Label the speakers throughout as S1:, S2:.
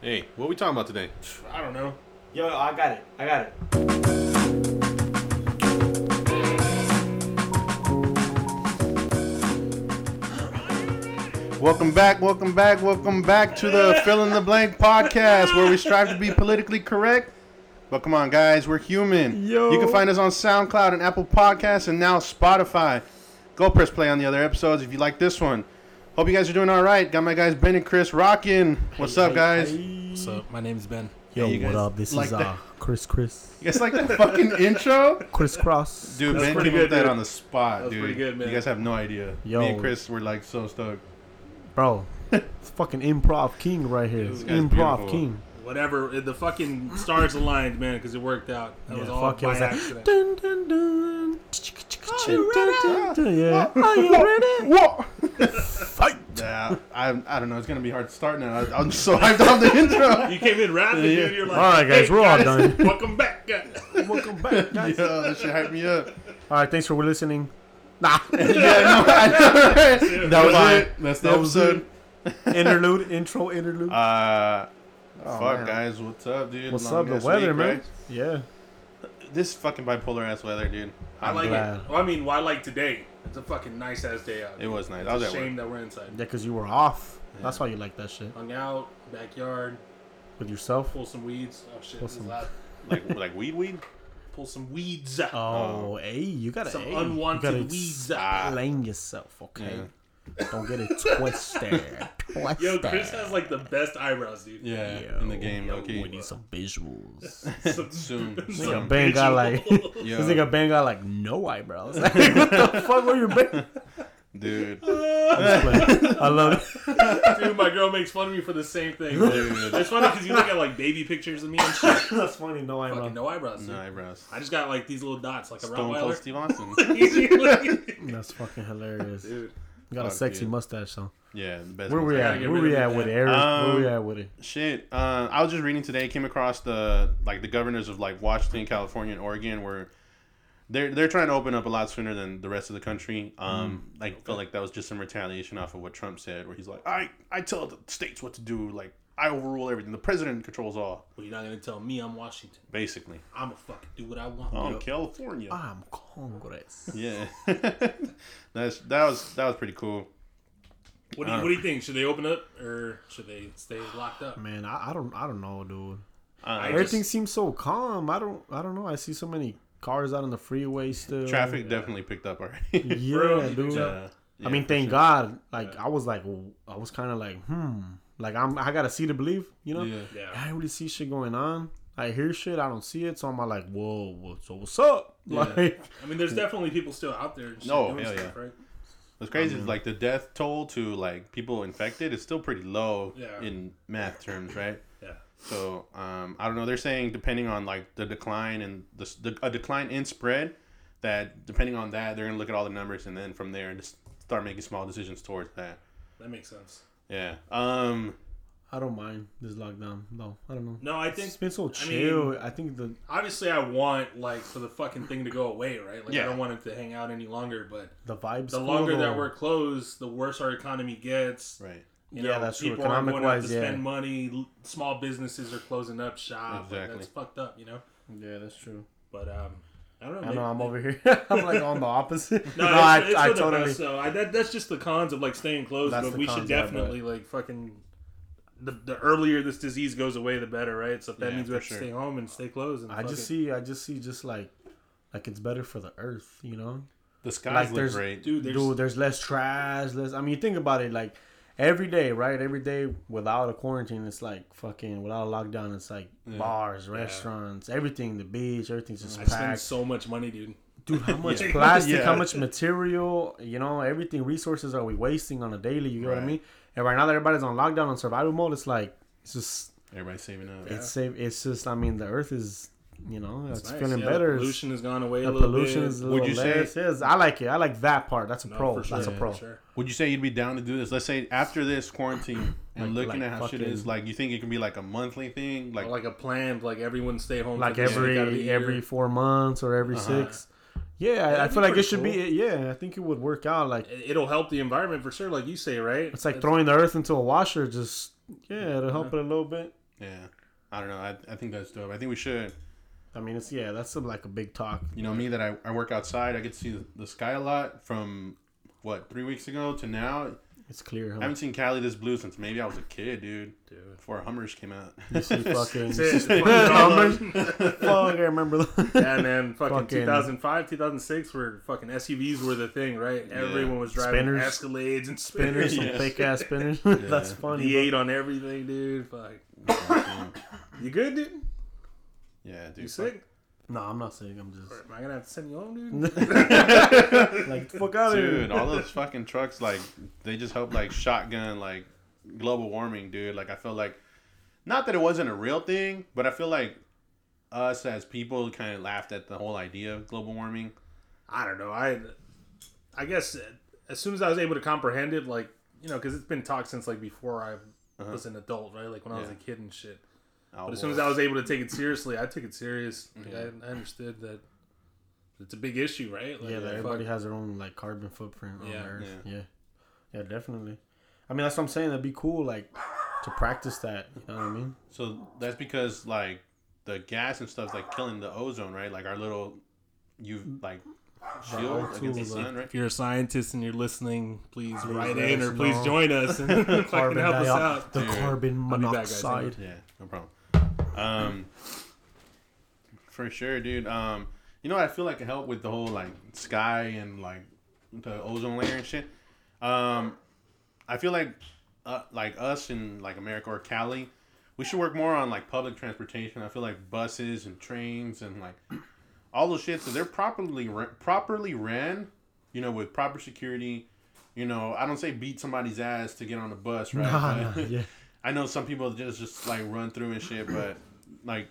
S1: Hey, what we talking about today?
S2: I don't know.
S3: Yo, I got it. I got it.
S1: Welcome back, welcome back, welcome back to the Fill in the Blank podcast where we strive to be politically correct. But come on, guys, we're human.
S3: Yo.
S1: You can find us on SoundCloud and Apple Podcasts and now Spotify. Go press play on the other episodes if you like this one. Hope you guys are doing all right. Got my guys Ben and Chris rocking. What's up, guys?
S4: What's up? My name's Ben.
S1: Hey,
S5: Yo,
S1: you guys
S5: what up? This
S1: like
S5: is
S1: that?
S5: uh, Chris, Chris,
S1: You guys like that fucking intro?
S5: Chris Cross.
S1: Dude,
S2: That's
S1: Ben
S2: pretty
S1: came up with
S2: good,
S1: that
S2: dude.
S1: on the spot,
S2: That's
S1: dude.
S2: pretty good, man.
S1: You guys have no idea.
S5: Yo.
S1: Me and Chris were like so stoked.
S5: bro. It's fucking improv king right here.
S1: This guy's
S5: improv
S1: beautiful.
S5: king.
S2: Whatever. The fucking stars aligned, man, because it worked out. That was all
S5: fuck, it
S2: by
S5: was like,
S2: accident.
S5: dun, dun, dun.
S1: ready?
S5: Dun, dun, dun, Yeah. Are you ready?
S1: What? Fight! Yeah, I, I don't know. It's gonna be hard starting it. I, I'm so hyped on the intro.
S2: You came in rapping, dude. You're like,
S5: All right, guys,
S2: "Hey,
S5: we're all
S2: guys,
S5: done.
S2: Welcome back, guys.
S5: Welcome back,
S1: Yo,
S5: guys.
S1: that shit hyped me up.
S5: All right, thanks for listening. Nah,
S1: Yeah, no, I know.
S5: That was
S1: That's
S5: it.
S1: That's the
S5: That was
S1: episode.
S5: interlude, intro, interlude.
S1: Uh,
S5: Oh,
S1: fuck,
S5: man.
S1: guys. What's up, dude?
S5: What's
S1: Long
S5: up? The
S1: ass
S5: weather,
S1: week,
S5: man. Yeah.
S1: right? This fucking bipolar ass weather, dude.
S2: I like
S5: glad.
S2: it. Well, I mean, why like today? It's a fucking nice ass day out.
S1: It was nice.
S2: It's
S1: I was
S2: a
S1: at
S2: shame
S1: work.
S2: that we're inside.
S5: Yeah, cause you were off. That's why you like that shit
S2: Hung out, backyard,
S5: with yourself.
S2: pull some weeds. Oh shit,
S5: Pull
S2: this is
S5: some-
S2: loud.
S1: Like, like weed, weed.
S2: Pull some weeds.
S5: Oh, hey, you gotta
S2: some
S5: hey, you gotta
S2: unwanted weeds.
S5: explain yourself, okay? Don't get it twisted. twisted.
S2: Yo, Chris has like the best eyebrows, dude.
S1: Yeah,
S5: Yo,
S1: in the game,
S5: yo,
S1: okay.
S5: We need some visuals. this
S2: Some-
S1: Soon,
S2: some
S1: soon.
S5: nigga Ben got like,
S2: visual.
S1: Yo,
S5: this nigga Ben got like no eyebrows. Like, what the fuck were you Ben?
S1: dude.
S5: I love it.
S2: Dude, my girl makes fun of me for the same thing. dude.
S1: Dude,
S2: It's funny because you look at like baby pictures of me and shit.
S5: That's funny. No
S2: Fucking no eyebrows. Dude.
S1: no eyebrows.
S2: I just got like these little dots, like a
S1: Stone Cold
S2: Rottweiler.
S1: Steve Austin.
S2: Dude,
S5: That's fucking hilarious. got a
S1: Fuck,
S5: sexy
S1: dude.
S5: mustache though.
S1: Yeah, the best.
S5: Where
S1: ones
S5: we
S1: I
S2: gotta
S5: at?
S2: get
S5: Where
S2: rid
S5: we
S2: of
S5: at
S2: that.
S5: with Eric? Where we
S1: Um,
S5: at with it?
S1: Shit, uh, I was just reading today. Came across the like the governors of like Washington, California, and Oregon were they're they're trying to open up a lot sooner than the rest of the country. Um,
S5: Mm.
S1: like felt like that was just some retaliation off of what Trump said, where he's like, I I tell the states what to do, like I overrule everything. The president controls all,
S2: well, you're not gonna tell me I'm Washington.
S1: basically.
S2: I'm gonna fucking do what I want.
S1: Oh,
S2: Yup.
S1: California.
S5: I'm Congress.
S1: Yeah, that's that was that was pretty cool.
S2: What, do you, what do you think? Should they open up or should they stay locked up?
S5: Man, I, I don't, I don't know, dude.
S1: Uh,
S2: I just-
S5: Everything seems so calm. I don't I don't know. I see so many cars out on the freeway still.
S1: traffic definitely picked up already.
S5: Yeah,
S2: Bro, you
S5: dude.
S2: do.
S1: Uh, yeah,
S5: I mean,
S1: for
S5: thank
S1: sure.
S5: God. Like I was like w- I was kind of like hmm. Like I'm I gotta see to believe. You know.
S1: Yeah.
S2: Yeah.
S5: I don't really see shit going on. I hear shit. I don't see it. So I'm like, whoa. what- So what's up? Like
S2: I mean, there's definitely people still out there. And shit
S1: No,
S2: doing
S1: hell
S2: stuff, Right?
S1: What's crazy is like the death toll to like people infected is still pretty low
S2: Yeah.
S1: in math terms, right?
S2: Yeah.
S1: So um, I don't know. They're saying depending on like the decline and the, s- the a decline in spread, that depending on that they're gonna look at all the numbers and then from there just start making small decisions towards that.
S2: That makes sense.
S1: Yeah. Um.
S5: I don't mind this lockdown. No, I don't know.
S2: No, I think
S5: It's been so
S2: I
S5: chill. I, think the
S2: obviously I want like for the fucking thing to go away, right? Like
S1: Yeah.
S2: I don't want it to hang out any longer. But
S5: the vibes.
S2: the
S5: cool,
S2: longer that
S5: though.
S2: we're closed, the worse our economy gets.
S1: Right.
S2: You
S5: Yeah,
S2: know,
S5: that's true.
S2: people are going out to
S5: Economic-wise, yeah.
S2: spend money. l- Small businesses are closing up shop. Like,
S1: Exactly.
S2: that's fucked up, you know.
S5: Yeah, that's true.
S2: But um, I don't know.
S5: I
S2: maybe-
S5: know I'm over here. I'm like on the opposite.
S2: No, it's, it's for the best, though. I, that, that's just the cons of like staying closed.
S5: That's
S2: but
S5: the
S2: we should
S5: cons, yeah,
S2: definitely like fucking. The, the earlier this disease goes away, the better, right? So if that
S1: Yeah,
S2: means we
S1: for
S2: have
S1: sure.
S2: to stay home and stay closed. And
S5: I
S2: fuck
S5: just
S2: it.
S5: see, I just see, just like, like it's better for the earth, you know.
S1: The skies
S5: Like,
S1: look
S5: there's-
S1: great.
S2: dude, there's
S5: Dude, there's less trash, less. I mean, you think about it, like every day, right? Every day without a quarantine, it's like fucking without a lockdown, it's like bars, restaurants, everything, the beach, everything's just
S2: I spend
S5: packed.
S2: so much money, dude.
S5: Dude, how much
S2: Yeah.
S5: plastic,
S1: Yeah.
S5: how much material, you know, everything, resources are we wasting on a daily? You know what
S1: Right.
S5: I mean? And right now that everybody's on lockdown on survival mode, it's like it's just
S1: Everybody's saving up.
S5: It's safe. It's just, I mean, the Earth is, you know, it's,
S2: nice.
S5: feeling
S2: Yeah, The
S5: better. It's-
S2: pollution has gone away.
S5: The
S2: a little
S5: pollution
S2: bit.
S5: is a
S1: Would
S5: little
S1: you say-
S5: less. Yes, I like it. I like that part. That's a
S2: No,
S5: pro.
S2: for sure,
S5: That's a
S2: for
S5: pro.
S2: sure.
S1: Would you say you'd be down to do this? Let's say after this quarantine and
S5: Like-
S1: looking
S5: like
S1: at how shit is,
S5: fucking-
S1: like you think it can be like a monthly thing, like
S2: Or like a plan, like everyone stay home.
S5: Like
S2: for this week out of the
S5: every
S2: year. Uh-huh.
S5: every four months or every six. Yeah, I, I
S2: That'd be
S5: feel like it
S2: pretty
S5: should be. Yeah, I think it would work out. Like
S2: It- it'll help the environment for sure, like you say, right? Uh-huh.
S5: it's like throwing the Earth into a washer. Just yeah, it'll help it a little bit.
S1: Yeah. I don't know. I, I think that's dope. I think we should.
S5: I mean, it's yeah, that's some, like a big talk.
S1: You know, me that I, I work outside, I get to see the, the sky a lot from what, three weeks ago to now.
S5: It's clear,
S1: I
S5: huh?
S1: haven't seen Cali this blue since maybe I was a kid, dude.
S2: Dude.
S1: Before Hummers came out.
S5: See fucking,
S2: That's
S5: fuck,
S2: it. Hummers.
S5: I remember. that.
S2: Yeah, man. Fucking,
S5: Fucking-
S2: 2005, 2006, where fucking SUVs were the thing, right? Everyone was driving
S5: Spinners.
S2: Escalades and
S5: spinners,
S2: spinners.
S5: some
S1: Yeah.
S5: fake ass spinners. that's funny.
S2: The eight on everything, dude. Fuck. You good, dude?
S1: yeah, dude.
S2: You
S1: fuck-
S2: sick?
S5: No, I'm not saying. I'm just
S2: Am I gonna have to send you home, dude?
S5: like the fuck out of here.
S1: Dude, all those fucking trucks, like, they just help, like, shotgun, like, global warming, dude. Like, I feel like, not that it wasn't a real thing, but I feel like us as people kind of laughed at the whole idea of global warming.
S2: I don't know. I, I guess uh, as soon as I was able to comprehend it, like you know, because it's been talked since like before I was an adult, right? Like when I was
S1: Uh-huh. Yeah.
S2: a kid and shit.
S1: Oh,
S2: But as soon as I was able to take it seriously, I took it serious. Like, I, I understood that it's a big issue, right? Like,
S5: Yeah, that
S2: like,
S5: everybody
S2: fuck.
S5: has their own like carbon footprint on
S2: Yeah.
S5: Earth. Yeah. yeah, definitely. I mean, that's what I'm saying. That'd be cool, like to practice that. You know what I mean?
S1: So that's because, like, the gas and stuff's, like, killing the ozone, right? Like, our little, you like, shield
S5: O2
S1: against the
S5: is, like,
S1: sun, right?
S2: If you're a scientist and you're listening, please, write
S5: let
S2: in
S5: us
S2: or please
S5: know.
S2: join us and fucking help us
S5: dio-
S2: out.
S5: the
S1: dude.
S5: carbon
S2: I'll be back, guys.
S5: monoxide.
S1: Yeah, no problem. Um, for sure, dude. Um, you know what I feel like could help with the whole like sky and like the ozone layer and shit. Um, I feel like uh, like us in like America or Cali, we should work more on like public transportation. I feel like buses and trains and like all those shit. So they're properly ra- properly ran, you know, with proper security. You know, I don't say beat somebody's ass to get on the bus, right?
S5: Nah,
S1: But-
S5: nah, yeah.
S1: I know some people just just like run through and shit, but like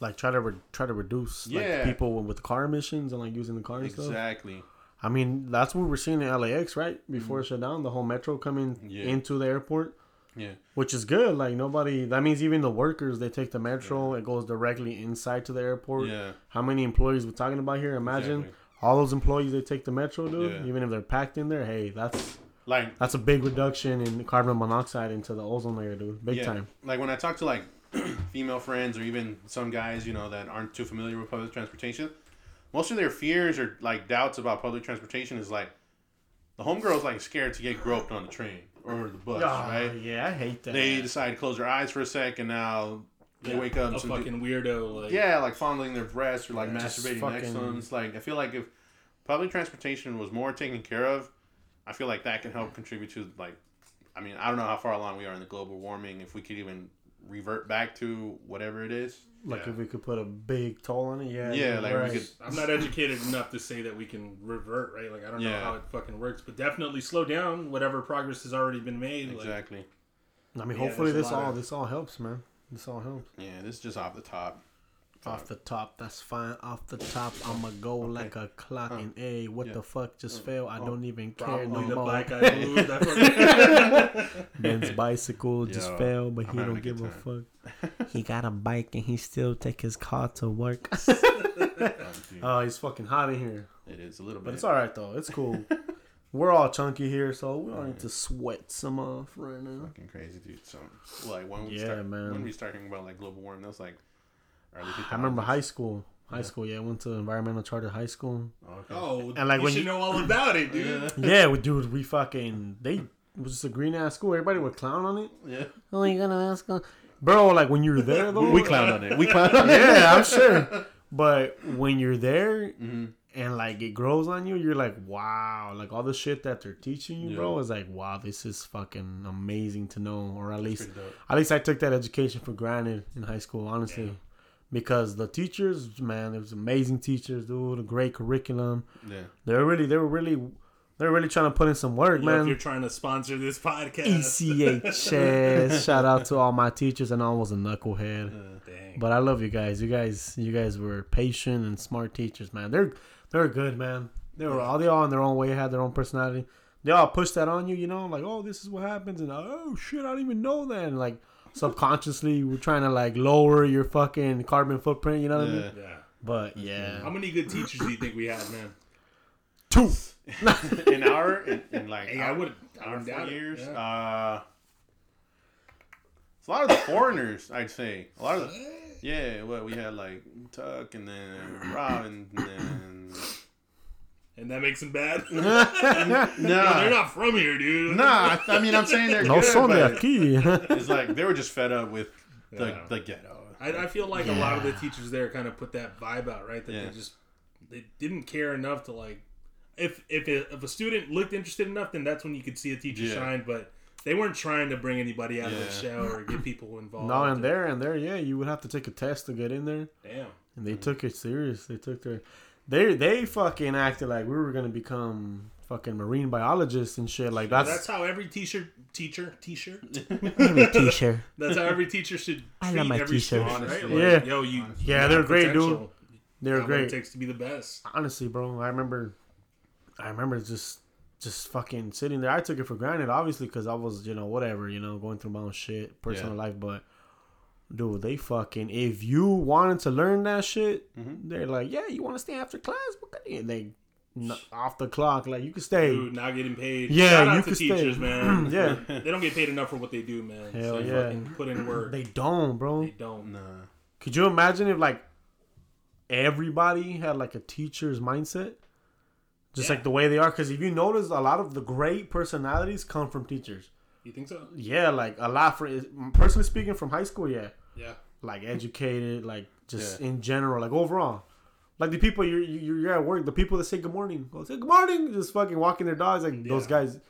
S5: Like try to re- try to reduce
S1: Yeah.
S5: like people with, with car emissions and like using the car and stuff.
S1: exactly,
S5: I mean, that's what we're seeing in LAX, right? Before it shut down, the whole metro coming
S1: Yeah.
S5: into the airport.
S1: yeah,
S5: Which is good. Like nobody. That means even the workers they take the metro. It goes directly inside to the airport.
S1: yeah,
S5: How many employees we're talking about here? Imagine
S1: Exactly.
S5: all those employees they take the metro, dude.
S1: Yeah.
S5: Even if they're packed in there, hey, that's
S1: like
S5: that's a big reduction in carbon monoxide into the ozone layer, dude. Big
S1: yeah,
S5: time.
S1: like when I talk to like female friends or even some guys, you know, that aren't too familiar with public transportation, most of their fears or like doubts about public transportation is like the homegirl's like scared to get groped on the train or the bus, right?
S5: Ah, Yeah, I hate that.
S1: They decide to close their eyes for a sec, and now they wake up
S2: a
S1: and some dude-
S2: fucking weirdo. Like,
S1: Yeah, like fondling their breasts or like
S5: just
S1: masturbating next to
S5: fucking-
S1: them. It's like I feel like if public transportation was more taken care of, I feel like that can help contribute to like I mean, I don't know how far along we are in the global warming, if we could even revert back to whatever it is.
S5: like
S2: Yeah.
S5: if we could put a big toll on it, yeah.
S1: Yeah,
S5: dude,
S1: like
S5: right.
S1: we could
S2: I'm not educated enough to say that we can revert, right? Like I don't know
S1: Yeah.
S2: how it fucking works, but definitely slow down whatever progress has already been made. Like,
S1: Exactly.
S5: I mean,
S2: Yeah,
S5: hopefully
S2: there's a
S5: this
S2: lot
S5: all
S2: of-
S5: this all helps, man. This all helps.
S1: Yeah, this is just off the top.
S5: Off the top, that's fine. Off the top, I'ma go like a clock in A. What
S1: Yeah. Oh.
S5: the fuck just fell? I don't even care no
S2: probably the
S5: more.
S2: black eye blue. That fucking-
S5: Ben's bicycle just
S1: Yo,
S5: fell, but
S1: I'm
S5: he
S1: having
S5: don't
S1: a good
S5: give a fuck. he got a bike and he still take his car to work.
S1: Um, dude,
S5: Oh, it's fucking hot in here,
S1: it is a little
S5: but
S1: bit.
S5: it's all right though. It's cool. We're all chunky here, so we don't need to sweat some off right now.
S1: fucking crazy, dude. So like when we
S5: Yeah,
S1: start
S5: man.
S1: when we start talking about like global warming, that was like early
S5: I remember
S1: 2000s.
S5: high school. High school, yeah, I went to environmental charter high school.
S1: Okay.
S2: oh,
S5: And, like,
S2: you
S5: when
S2: should
S5: you-
S2: know all about it, dude.
S5: Yeah, we, dude, we fucking they it was just a green ass school. Everybody would clown on it.
S1: Yeah.
S5: Oh, you gonna ask, on-" bro? Like when you're there though,
S1: We clowned on it. We clowned on it.
S5: yeah, I'm sure. But when you're there
S1: Mm-hmm.
S5: and like it grows on you, you're like, wow, like all the shit that they're teaching you, bro, is like, wow, this is fucking amazing to know. Or at least,
S1: pretty dope.
S5: at least I took that education for granted in high school, honestly. Because the teachers, man, it was amazing teachers, dude. A great curriculum.
S1: Yeah.
S5: They're really, they were really, they're really trying to put in some work,
S2: You know,
S5: man.
S2: if you're trying to sponsor this podcast,
S5: ECHS. Shout out to all my teachers, and I was a knucklehead.
S2: dang.
S5: But I love you guys. You guys, you guys were patient and smart teachers, man. They're they're good, man. They were all they all in their own way, had their own personality. They all pushed that on you, you know, like oh, this is what happens, and oh shit, I didn't even know that. And like subconsciously, we're trying to like lower your fucking carbon footprint. You know what I mean?
S1: Yeah.
S2: yeah.
S5: But
S2: How
S5: yeah,
S2: many good teachers do you think we have, man?
S5: two.
S1: an hour in, in like
S2: Hey, I would.
S1: hour
S2: I'm
S1: four
S2: down.
S1: years.
S2: Yeah.
S1: Uh, a lot of the foreigners, I'd say. A lot of the, yeah. Well, we had like Tuck and then Rob and then
S2: and that makes them bad.
S1: nah,
S2: They're not from here, dude.
S1: nah. I, I mean, I'm saying they're
S5: No
S1: good,
S5: son de
S1: but
S5: aquí.
S1: it's like they were just fed up with the,
S2: Yeah.
S1: the ghetto.
S2: I, I feel like a lot of the teachers there kind of put that vibe out, right? That
S1: Yeah.
S2: they just they didn't care enough to like. If if a, if a student looked interested enough, then that's when you could see a teacher
S1: Yeah.
S2: shine. But they weren't trying to bring anybody out of
S1: Yeah.
S2: the shell or get people involved.
S5: no, and there and there, yeah, you would have to take a test to get in there.
S2: damn,
S5: and they took it serious. They took their, they they fucking acted like we were gonna become fucking marine biologists and shit. Like
S2: that's
S5: that's,
S2: how every teacher teacher teacher
S5: teacher.
S2: That's how every teacher should
S5: I
S2: treat
S5: love my
S2: every
S5: teacher.
S2: student, right?
S1: Honestly.
S5: Yeah.
S2: yo, you.
S5: Yeah,
S2: you
S5: they're
S2: have
S5: great,
S2: potential.
S5: dude. They were
S2: That's what it
S5: great.
S2: takes to be the best.
S5: Honestly, bro, I remember, I remember just just fucking sitting there. I took it for granted, obviously, because I was you know whatever you know going through my own shit, personal
S1: Yeah.
S5: life, but. Dude, they fucking. If you wanted to learn that shit, they're like, "Yeah, you want to stay after class? What kind of-" And they n- off the clock, like you can stay.
S2: Dude, not getting paid.
S5: Yeah,
S2: Shout out
S5: you
S2: to
S5: could stay.
S2: teachers, man.
S5: yeah,
S2: they don't get paid enough for what they do, man.
S5: Hell
S2: so
S5: yeah.
S2: fucking put in work.
S5: they don't, bro.
S2: They don't.
S1: Nah.
S5: Could you imagine if like everybody had like a teacher's mindset? Just
S2: Yeah.
S5: like the way they are, because if you notice, a lot of the great personalities come from teachers.
S2: You think so?
S5: Yeah, like a lot for personally speaking, from high school, yeah,
S2: Yeah.
S5: like educated, like just
S1: Yeah.
S5: in general, like overall, like the people you're you're you're at work, the people that say good morning, go say good morning, just fucking walking their dogs, like those
S2: Yeah.
S5: guys.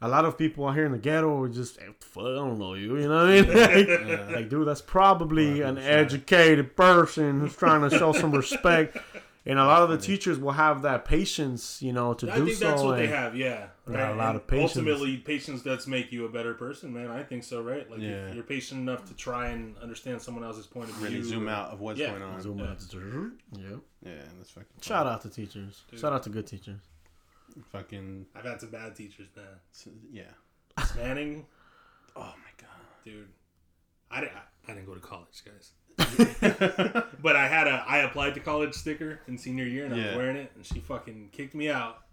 S5: A lot of people out here in the ghetto are just, "Eh, fuck, I don't know you, you know what I mean? Like, like, dude, that's probably an educated person who's trying to show some respect. And a lot of the teachers will have that patience, you know, to
S2: I
S5: do
S2: think
S5: so.
S2: that's what they
S5: and-
S2: have, yeah.
S5: got a lot
S2: And
S5: of patience.
S2: Ultimately, patience does make you a better person, man. I think so, right? Like,
S1: Yeah.
S2: if you're patient enough to try and understand someone else's point of view.
S1: Really zoom out of what's
S2: Yeah.
S1: going on.
S5: Zoom
S2: Yeah.
S5: out to- Yeah.
S1: Yeah, that's fucking.
S5: Shout out to teachers. Shout out to good teachers.
S1: Fucking
S2: I've had some bad teachers, man.
S1: yeah.
S2: Miss Manning,
S1: Oh my
S2: dude. I didn't, I didn't go to college, guys. but I had a I applied to college sticker in senior year, and I was
S1: Yeah.
S2: wearing it, and she fucking kicked me out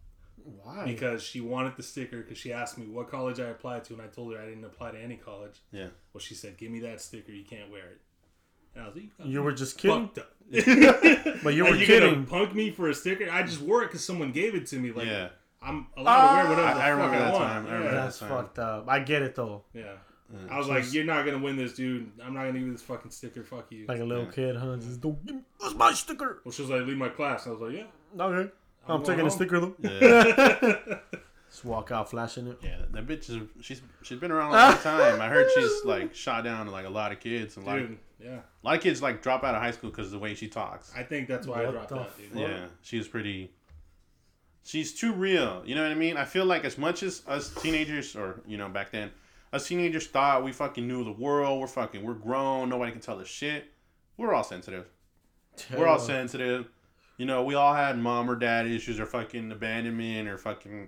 S5: Why?
S2: because she wanted the sticker because she asked me what college I applied to, and I told her I didn't apply to any college.
S1: yeah.
S2: Well, she said, "Give me that sticker. You can't wear it." And I was like, "You, got
S5: you were just kidding.
S2: fucked up."
S5: But you
S2: Are
S5: were
S2: you
S5: kidding.
S2: gonna punk me for a sticker? I just wore it because someone gave it to me. Like,
S1: yeah.
S2: I'm allowed
S5: Ah,
S2: to wear whatever the
S1: I- I
S2: fuck
S1: remember
S2: I
S1: that
S2: want.
S1: time. I
S2: yeah.
S1: remember that.
S5: That's fucked up. I get it though.
S2: yeah. I was like, "You're not gonna win this, dude. I'm not gonna give you this fucking sticker. Fuck you."
S5: Like a little
S1: Yeah.
S5: kid, huh? Just don't give me that's my sticker.
S2: well, she was like, "Leave my class." I was like, "Yeah."
S5: Okay.
S2: going
S5: I'm, taking a
S2: home.
S5: sticker though.
S1: Yeah.
S5: Just walk out flashing it.
S1: Yeah, that bitch is she's she's been around a long time. I heard she's like shot down like a lot of kids and like
S2: Dude, yeah.
S1: a lot of kids like drop out of high school because of the way she talks.
S2: I think that's why I
S5: What
S2: dropped
S5: the
S2: out, dude.
S5: fuck?
S1: Yeah, she's pretty. She's too real. You know what I mean? I feel like as much as us teenagers, or you know, back then, us teenagers thought we fucking knew the world. We're fucking, we're grown. Nobody can tell us shit. We're all sensitive. We're all sensitive. You know, we all had mom or dad issues, or fucking abandonment, or fucking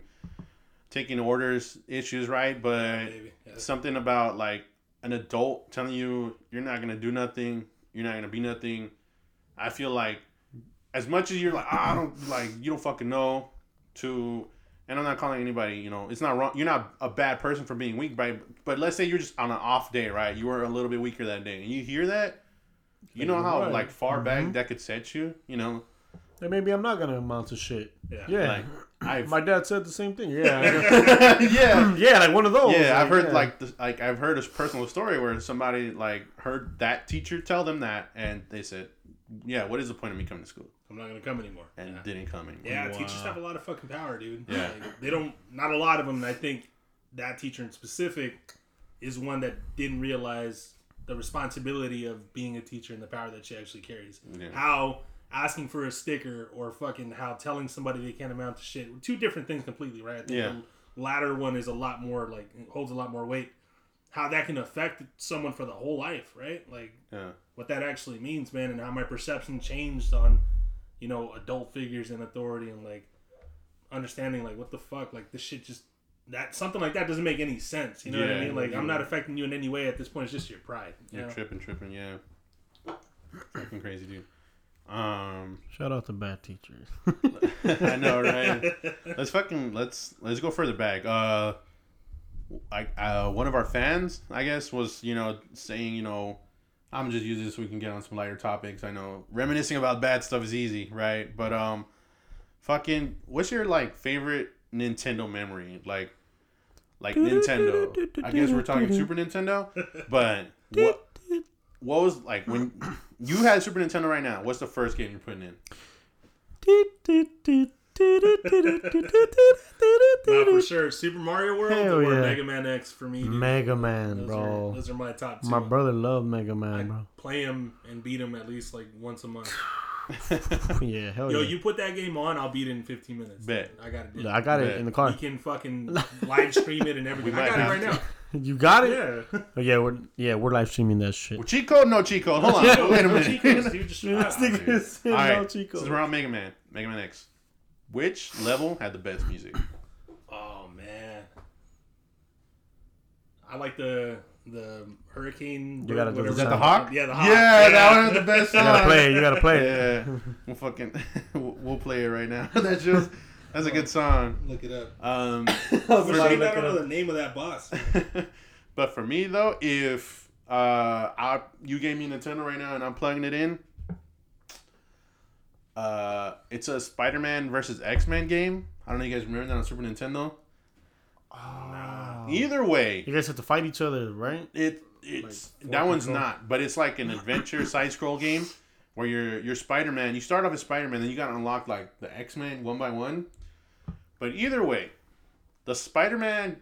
S1: taking orders issues, right? But
S2: Maybe. Yeah.
S1: something about like an adult telling you you're not gonna do nothing, you're not gonna be nothing. I feel like as much as you're like, "Ah, I don't like you don't fucking know to and I'm not calling anybody, you know, it's not wrong you're not a bad person for being weak, right? But let's say you're just on an off day, right? You were a little bit weaker that day and you hear that, you know how
S5: Right.
S1: like far back that could set you, you know?
S5: And maybe I'm not gonna amount to shit.
S2: Yeah.
S5: Yeah.
S1: Like I've
S5: My dad said the same thing. Yeah, I know.
S1: Yeah.
S5: yeah, Oh, like one of those.
S1: Yeah, I've heard
S5: yeah.
S1: like the, like I've heard a personal story where somebody like heard that teacher tell them that, and they said, "Yeah, what is the point of me coming to school?"
S2: I'm not gonna come anymore.
S1: And
S2: yeah,
S1: didn't come anymore.
S2: Yeah, teachers have a lot of fucking power, dude.
S1: Yeah.
S2: Like, they don't. Not a lot of them. And I think that teacher in specific is one that didn't realize the responsibility of being a teacher and the power that she actually carries.
S1: Yeah.
S2: How asking for a sticker or fucking how telling somebody they can't amount to shit two different things completely, right? I think
S1: Yeah.
S2: The latter one is a lot more like holds a lot more weight. How that can affect someone for the whole life, right? Like
S1: Yeah,
S2: what that actually means, man, and how my perception changed on, you know, adult figures and authority and like understanding like what the fuck, like this shit just that something like that doesn't make any sense. You know what
S1: Yeah,
S2: I mean? Like I'm
S1: yeah.
S2: not affecting you in any way at this point. It's just your pride. You
S1: you're
S2: know?
S1: tripping, tripping. Yeah, fucking crazy, dude. Um,
S5: Shout out to bad teachers.
S1: I know, right? let's fucking let's let's go further back. Uh, like uh, one of our fans, I guess, was you know saying you know, I'm just using this so we can get on some lighter topics. I know reminiscing about bad stuff is easy, right? But um, fucking, what's your like favorite Nintendo memory? Like, like Nintendo. I guess we're talking Super Nintendo, but what what was like when you had Super Nintendo right now? What's the first game you're putting in?
S2: Nah, for sure. Super Mario World
S5: Hell
S2: or
S5: yeah.
S2: Mega Man X for me. Dude.
S5: Mega Man,
S2: those Are,
S5: bro.
S2: those are my top two.
S5: My brother loved Mega
S2: I
S5: Man,
S2: play him and beat him at least like once a month.
S5: bro. Yeah, hell
S2: Yo,
S5: yeah.
S2: you put that game on, I'll beat it in 15 minutes.
S1: Bet.
S2: I got it.
S5: Yeah, I got it
S1: Yeah.
S5: in the
S2: He
S5: car.
S2: can fucking live stream it and everything. I
S1: might
S2: got it
S1: have
S2: right now.
S5: You got it?
S2: Yeah.
S5: Oh, yeah, we're yeah we're live streaming that shit.
S1: Well, cheat code? No cheat code. Hold on. Wait a
S2: No
S1: minute.
S2: Chicos, dude. Just
S5: This
S2: shut up.
S5: nigga said
S1: All right,
S5: no
S1: since we're
S5: Chico.
S1: on Mega Man, Mega Man X. Which level had the best music?
S2: Oh man, I like the the hurricane.
S5: You gotta do
S2: whatever
S5: the
S2: it's
S5: sound.
S2: called.
S1: Is that the hawk?
S2: Yeah, the hawk.
S1: Yeah, that one had the best
S5: You
S1: song.
S5: gotta play it. You gotta play it.
S1: Yeah, we'll fucking we'll we'll play it right now. That's just that's a good song.
S2: Look it up.
S1: Um,
S2: For me, I don't know the name of that boss.
S1: but for me though, if uh, I you gave me Nintendo right now and I'm plugging it in, uh, it's a Spider-Man versus X-Men game. I don't know if you guys remember that on Super Nintendo.
S2: Um,
S1: Either way,
S5: You guys have to fight each other, right?
S1: It it's
S5: Like,
S1: that
S5: Fortnite
S1: one's
S5: or-
S1: not, but it's like an adventure side scroll game where you're you're Spider Man. You start off as Spider Man, then you got to unlock like the X Men one by one. But either way, the Spider Man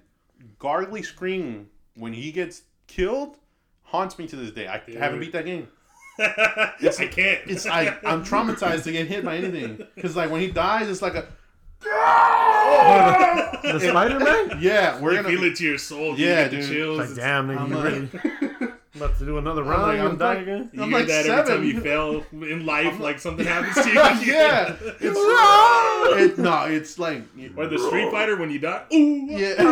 S1: gargly scream when he gets killed haunts me to this day. I haven't beat that game.
S2: I can't.
S1: It's I I'm traumatized to get hit by anything because like when he dies, it's like a
S5: The Spider Man?
S1: yeah we're
S2: you feel
S1: gonna
S2: it to your soul. dude.
S1: Yeah,
S2: you get the
S1: dude.
S2: Chills.
S5: Like,
S2: It's-
S5: damn, nigga,
S1: I'm
S5: you really
S1: like,
S5: about to do another
S1: I'm
S5: round?
S1: like,
S5: You gonna
S1: I'm
S5: die
S1: like-
S5: again?
S2: You
S1: I'm
S2: hear
S1: like
S2: that every time
S1: seven.
S2: you fail in life, like something happens to you.
S1: yeah it's it, no it's like
S2: Or the Street Fighter when you die. Ooh.
S1: Yeah.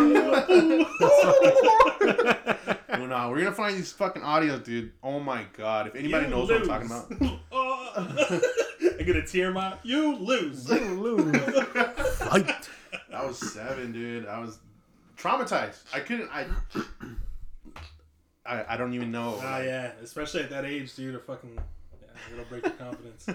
S1: no, no, we're gonna find these fucking audio, dude. Oh my god! If anybody
S2: you
S1: knows
S2: lose.
S1: what I'm talking
S2: Oh. I get a tear in my. You lose.
S5: Fight.
S1: about, I was seven, dude. I was traumatized. I couldn't. I. I, I don't even know.
S2: Oh yeah, especially at that age, dude. A fucking yeah, it'll break your confidence.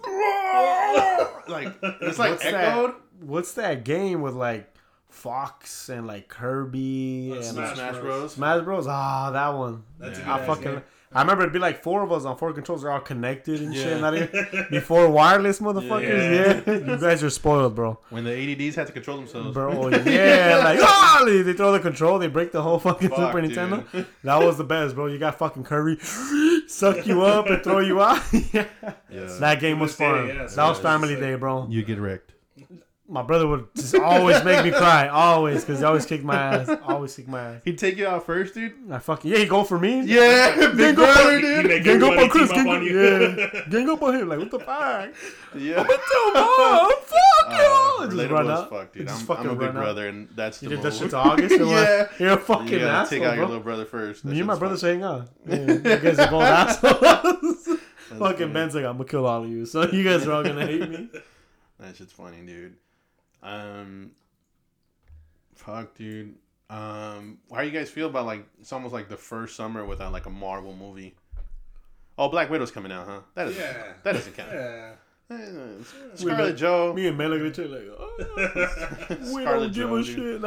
S1: Like it's like
S5: What's that?
S1: echoed.
S5: What's that game with like Fox and like Kirby and
S1: Smash,
S5: Smash,
S1: Bros.
S5: Bros? Ah, that one.
S2: That's
S1: Yeah.
S2: a good
S5: I
S2: ass
S5: fucking.
S2: game.
S5: I remember it'd be like four of us on four controls. They're all connected and
S1: Yeah.
S5: shit. Not even, before wireless, motherfuckers.
S2: Yeah.
S5: Yeah. you guys are spoiled, bro.
S1: When the ADDs had to control themselves.
S5: Bro, oh, yeah, like ah, they, they throw the control, they break the whole fucking
S1: Fuck,
S5: Super
S1: dude.
S5: Nintendo. That was the best, bro. You got fucking Curry, suck you up and throw you out. yeah.
S1: Yeah.
S5: That game was
S2: To this
S5: fun.
S2: day, yes,
S5: that was
S2: yes.
S5: family day, bro.
S1: You get wrecked.
S5: My brother would just always make me cry, always, because he always kicked my ass, always kicked my ass.
S1: He'd take you out first, dude.
S5: I fucking yeah, he go for me.
S1: Yeah, big
S5: Dingo
S1: brother,
S5: Bunny.
S1: dude.
S2: You make
S5: Gang up
S2: everybody
S5: on Chris,
S2: team
S5: gang
S2: up
S5: up,
S2: on you.
S5: yeah, gang up on him. Like what the fuck?
S1: Yeah.
S5: Come on, fuck
S1: Uh,
S5: you! Just
S1: relatable
S5: run
S1: as
S5: up.
S1: fuck, dude.
S5: Just
S1: I'm,
S5: fucking
S1: I'm a big
S5: run up.
S1: brother, and that's the
S5: You did that
S1: mode.
S5: shit to August. You're
S1: yeah.
S5: like, you're a fucking
S1: You gotta
S5: asshole,
S1: take out
S5: bro.
S1: your little brother first. That
S5: Me and my
S1: shit's
S5: brother's
S1: fun.
S5: hanging out. Yeah, you guys are both assholes.
S1: That's
S5: Fucking
S1: funny.
S5: Ben's like, I'm gonna kill all of you, so you guys are all gonna hate me.
S1: That shit's funny, dude. Um, fuck, dude. Um, how you guys feel about like it's almost like the first summer without like a Marvel movie? Oh, Black Widow's coming out, huh? That is
S2: Yeah.
S1: that doesn't count.
S2: Yeah.
S1: Eh, it's- Scarlet Joe.
S5: Me and Mel look at each other like, oh, we
S1: Scarlett
S5: don't give a
S1: dude.
S5: shit.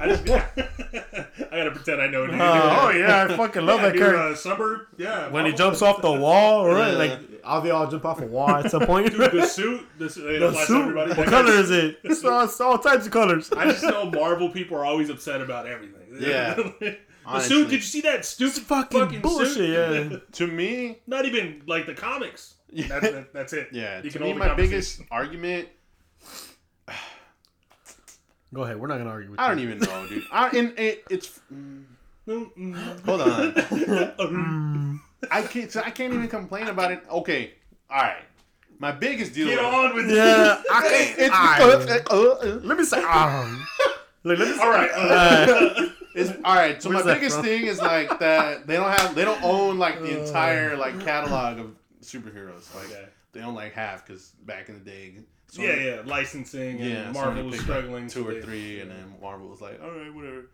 S2: I just I gotta pretend I know. Dude.
S5: oh yeah, I fucking love that
S2: dude,
S5: character.
S2: uh, suburb. Yeah. Oh,
S5: When he
S2: Marvel.
S5: jumps off the wall, right?
S1: Yeah.
S5: Like, all they all jump off a wall at some point.
S2: Dude, the suit. The, suit- they
S5: The
S2: flash
S5: suit.
S2: everybody.
S5: What color is it? It's all, it's all types of colors.
S2: I just know Marvel people are always upset about everything.
S1: Yeah.
S2: the
S1: Honestly.
S2: suit. Did you see that stupid
S5: fucking,
S2: fucking,
S5: bullshit.
S2: Suit?
S5: Yeah.
S1: To me,
S2: Not even like the comics. That's, that, that's it.
S1: yeah. to
S2: You can
S1: me,
S2: hold the
S1: my
S2: conversation.
S1: biggest argument.
S5: Go ahead. We're not gonna argue. With
S1: I
S5: you.
S1: don't even know, dude. I, and it, it's mm,
S2: Mm, mm.
S1: hold on.
S2: Mm.
S1: I can't. So I can't even complain about it. Okay, all right. My biggest deal.
S2: Get
S1: with it-
S2: on with
S5: Yeah. I
S1: It's because-
S5: can't. I- let me say. Um, look, let me say.
S2: All right.
S5: Uh,
S1: It's all right. So
S5: Where's
S1: my
S5: that
S1: biggest
S5: from? Uh.
S1: thing is like that they don't have they don't own like the entire like catalog of superheroes. Like
S2: Okay.
S1: they don't like half because back in the day So
S2: yeah, yeah, licensing. And
S1: Yeah,
S2: Marvel
S1: Sony
S2: was
S1: picked, like,
S2: struggling.
S1: two
S2: so
S1: or
S2: they-
S1: three, and then Marvel was like, all right, whatever.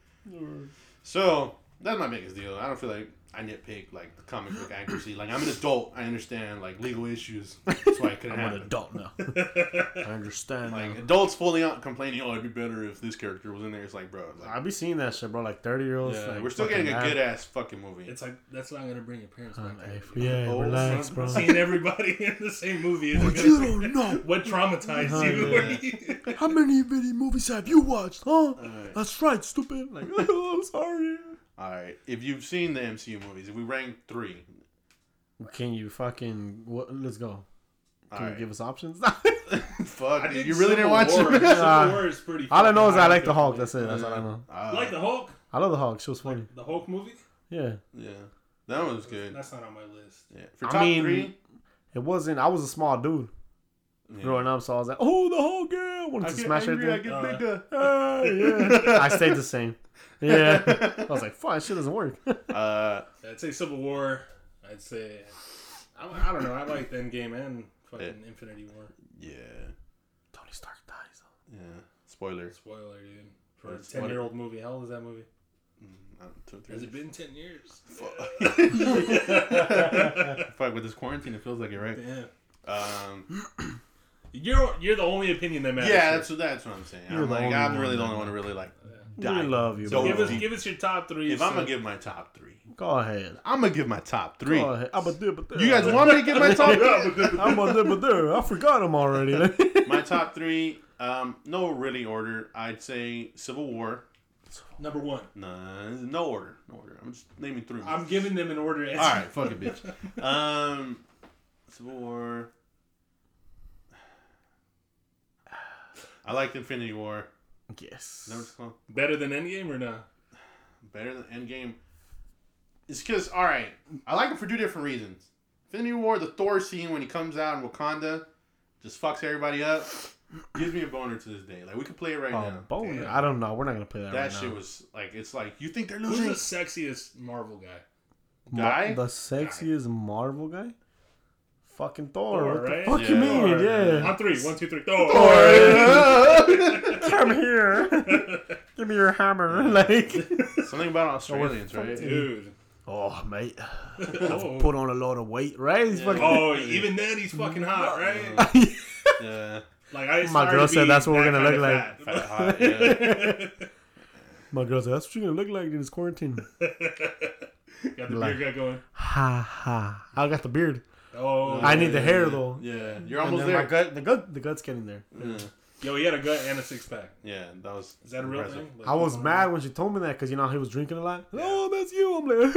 S1: So that's my biggest deal. I don't feel like I nitpick like the comic book accuracy. Like I'm an adult, I understand like legal issues. That's why it couldn't
S5: I'm an
S1: happen.
S5: adult now. I understand.
S1: Like
S5: now.
S1: adults fully out complaining, oh, it'd be better if this character was in there. It's like, bro, like,
S5: I be seeing that shit, bro. Like thirty year olds.
S1: yeah,
S5: like,
S1: we're still
S5: fucking
S1: getting a
S5: mad.
S1: good ass fucking movie.
S2: It's like that's not gonna bring your parents
S5: Uh,
S2: back. to
S5: if-
S2: it.
S5: yeah,
S1: old,
S5: relax,
S1: son.
S5: bro.
S2: Seeing everybody in the same movie is
S5: But you don't know
S2: what traumatized
S5: Oh,
S2: you.
S1: yeah.
S5: how many video movies have you watched, huh?
S1: Alright.
S5: That's right, stupid. Like, I'm sorry.
S1: All right, if you've seen the MCU movies, if we rank three,
S5: Can you fucking? What, let's go.
S1: all
S5: Can you
S1: right.
S5: give us options?
S1: fuck,
S2: I
S1: dude,
S2: did
S1: you really didn't
S2: Civil
S1: watch
S2: War.
S1: it.
S5: Nah.
S2: Civil War is pretty.
S5: all I know is
S2: fucking
S5: I
S2: high
S5: like the
S2: up
S5: Hulk.
S2: there.
S5: That's it. That's all I know.
S1: Uh,
S2: You like the Hulk?
S5: I love the Hulk. She was funny.
S2: The Hulk movie?
S5: Yeah,
S1: yeah, that one was good.
S2: That's not on my list.
S1: Yeah. For
S5: I
S1: top
S5: mean,
S1: three,
S5: it wasn't. I was a small dude
S1: yeah.
S5: growing up, so I was like, oh, the Hulk. Yeah, I wanted
S1: I
S5: to
S1: get
S5: smash
S1: angry, I
S5: everything.
S1: get
S2: Uh,
S1: bigger.
S5: Hey, yeah. I stayed the same. Yeah, I was like, fuck, shit doesn't work.
S1: Uh,
S2: I'd say Civil War. I'd say. I, I don't know. I liked Endgame and fucking Infinity War.
S1: yeah,
S5: Tony Stark dies.
S1: yeah. Spoiler.
S2: Spoiler, dude. For a
S1: It's what-
S2: 10 year old movie. How old is that movie?
S1: I don't- Mm, uh, two, three
S2: Has it
S1: years.
S2: been 10 years?
S1: Fuck with this quarantine, it feels like it, right?
S2: Damn.
S1: Um,
S2: You're, you're the only opinion that matters.
S1: yeah,
S2: here.
S1: that's that's what I'm saying.
S5: You're
S1: I'm
S5: the
S1: like,
S5: only
S1: I'm really the
S5: one that
S1: only one to really like
S5: I
S1: dive.
S5: love you.
S1: So
S5: bro.
S2: Give us,
S1: deep.
S2: give us your top three.
S1: If I'm gonna
S2: so-
S1: give my top three,
S5: Go ahead.
S1: I'm gonna give my top three.
S5: Go ahead. I'm a there, but there.
S1: You guys want me to give my top?
S2: Yeah, but then-
S5: I'm a there, but there. I forgot him already.
S1: my top three. Um, no really order. I'd say Civil War.
S2: number one.
S1: No, no order, no order. I'm just naming three.
S2: I'm giving them an order.
S1: All right, fuck it, bitch. Um, Civil War. I liked Infinity War.
S5: yes.
S1: Is that what it's called?
S2: Better than Endgame or not?
S1: Better than Endgame. It's because all right, I like it for two different reasons. Infinity War, the Thor scene when he comes out in Wakanda, just fucks everybody up. Gives me a boner to this day. Like we could play it right
S5: Oh,
S1: now.
S5: boner.
S2: Damn.
S5: I don't know. We're not gonna play that.
S1: That
S5: right
S1: shit
S5: now.
S1: was like it's like you think they're
S2: Who's the
S1: losing.
S2: sexiest Marvel guy?
S5: Ma-
S1: guy?
S5: the sexiest Marvel guy. Fucking Thor.
S2: Thor,
S5: what the
S2: right?
S5: fuck you
S1: Yeah.
S5: mean?
S2: Thor.
S5: Yeah.
S2: On three. One, two, three.
S5: Come here. Give me your hammer. Like.
S1: Something about Australians,
S5: Oh,
S1: right?
S2: Dude.
S5: Oh mate,
S2: Oh.
S5: put on a lot of weight, right? He's
S1: Yeah. Oh.
S5: fucking-
S2: Oh, even then he's fucking hot, right?
S1: Yeah,
S2: Like I
S5: My girl said that's what we're gonna look
S1: fat, hot, yeah.
S2: like.
S5: My girl's like, that's what you're gonna look like in this quarantine.
S2: got the
S5: Like-
S2: beard guy going.
S5: ha ha. I got the beard.
S2: Oh,
S5: I need the hair though.
S1: Yeah, you're
S5: And
S1: almost
S5: then
S1: there.
S5: My gut, the gut, the gut's getting there.
S1: Yeah.
S2: yo, he had a gut and a six pack.
S1: yeah, that was.
S2: Is that a real
S1: impressive.
S2: thing? Like,
S5: I was
S2: what's
S5: mad
S2: going
S5: when she told me that because you know he was drinking a lot. Oh, that's you. I'm like,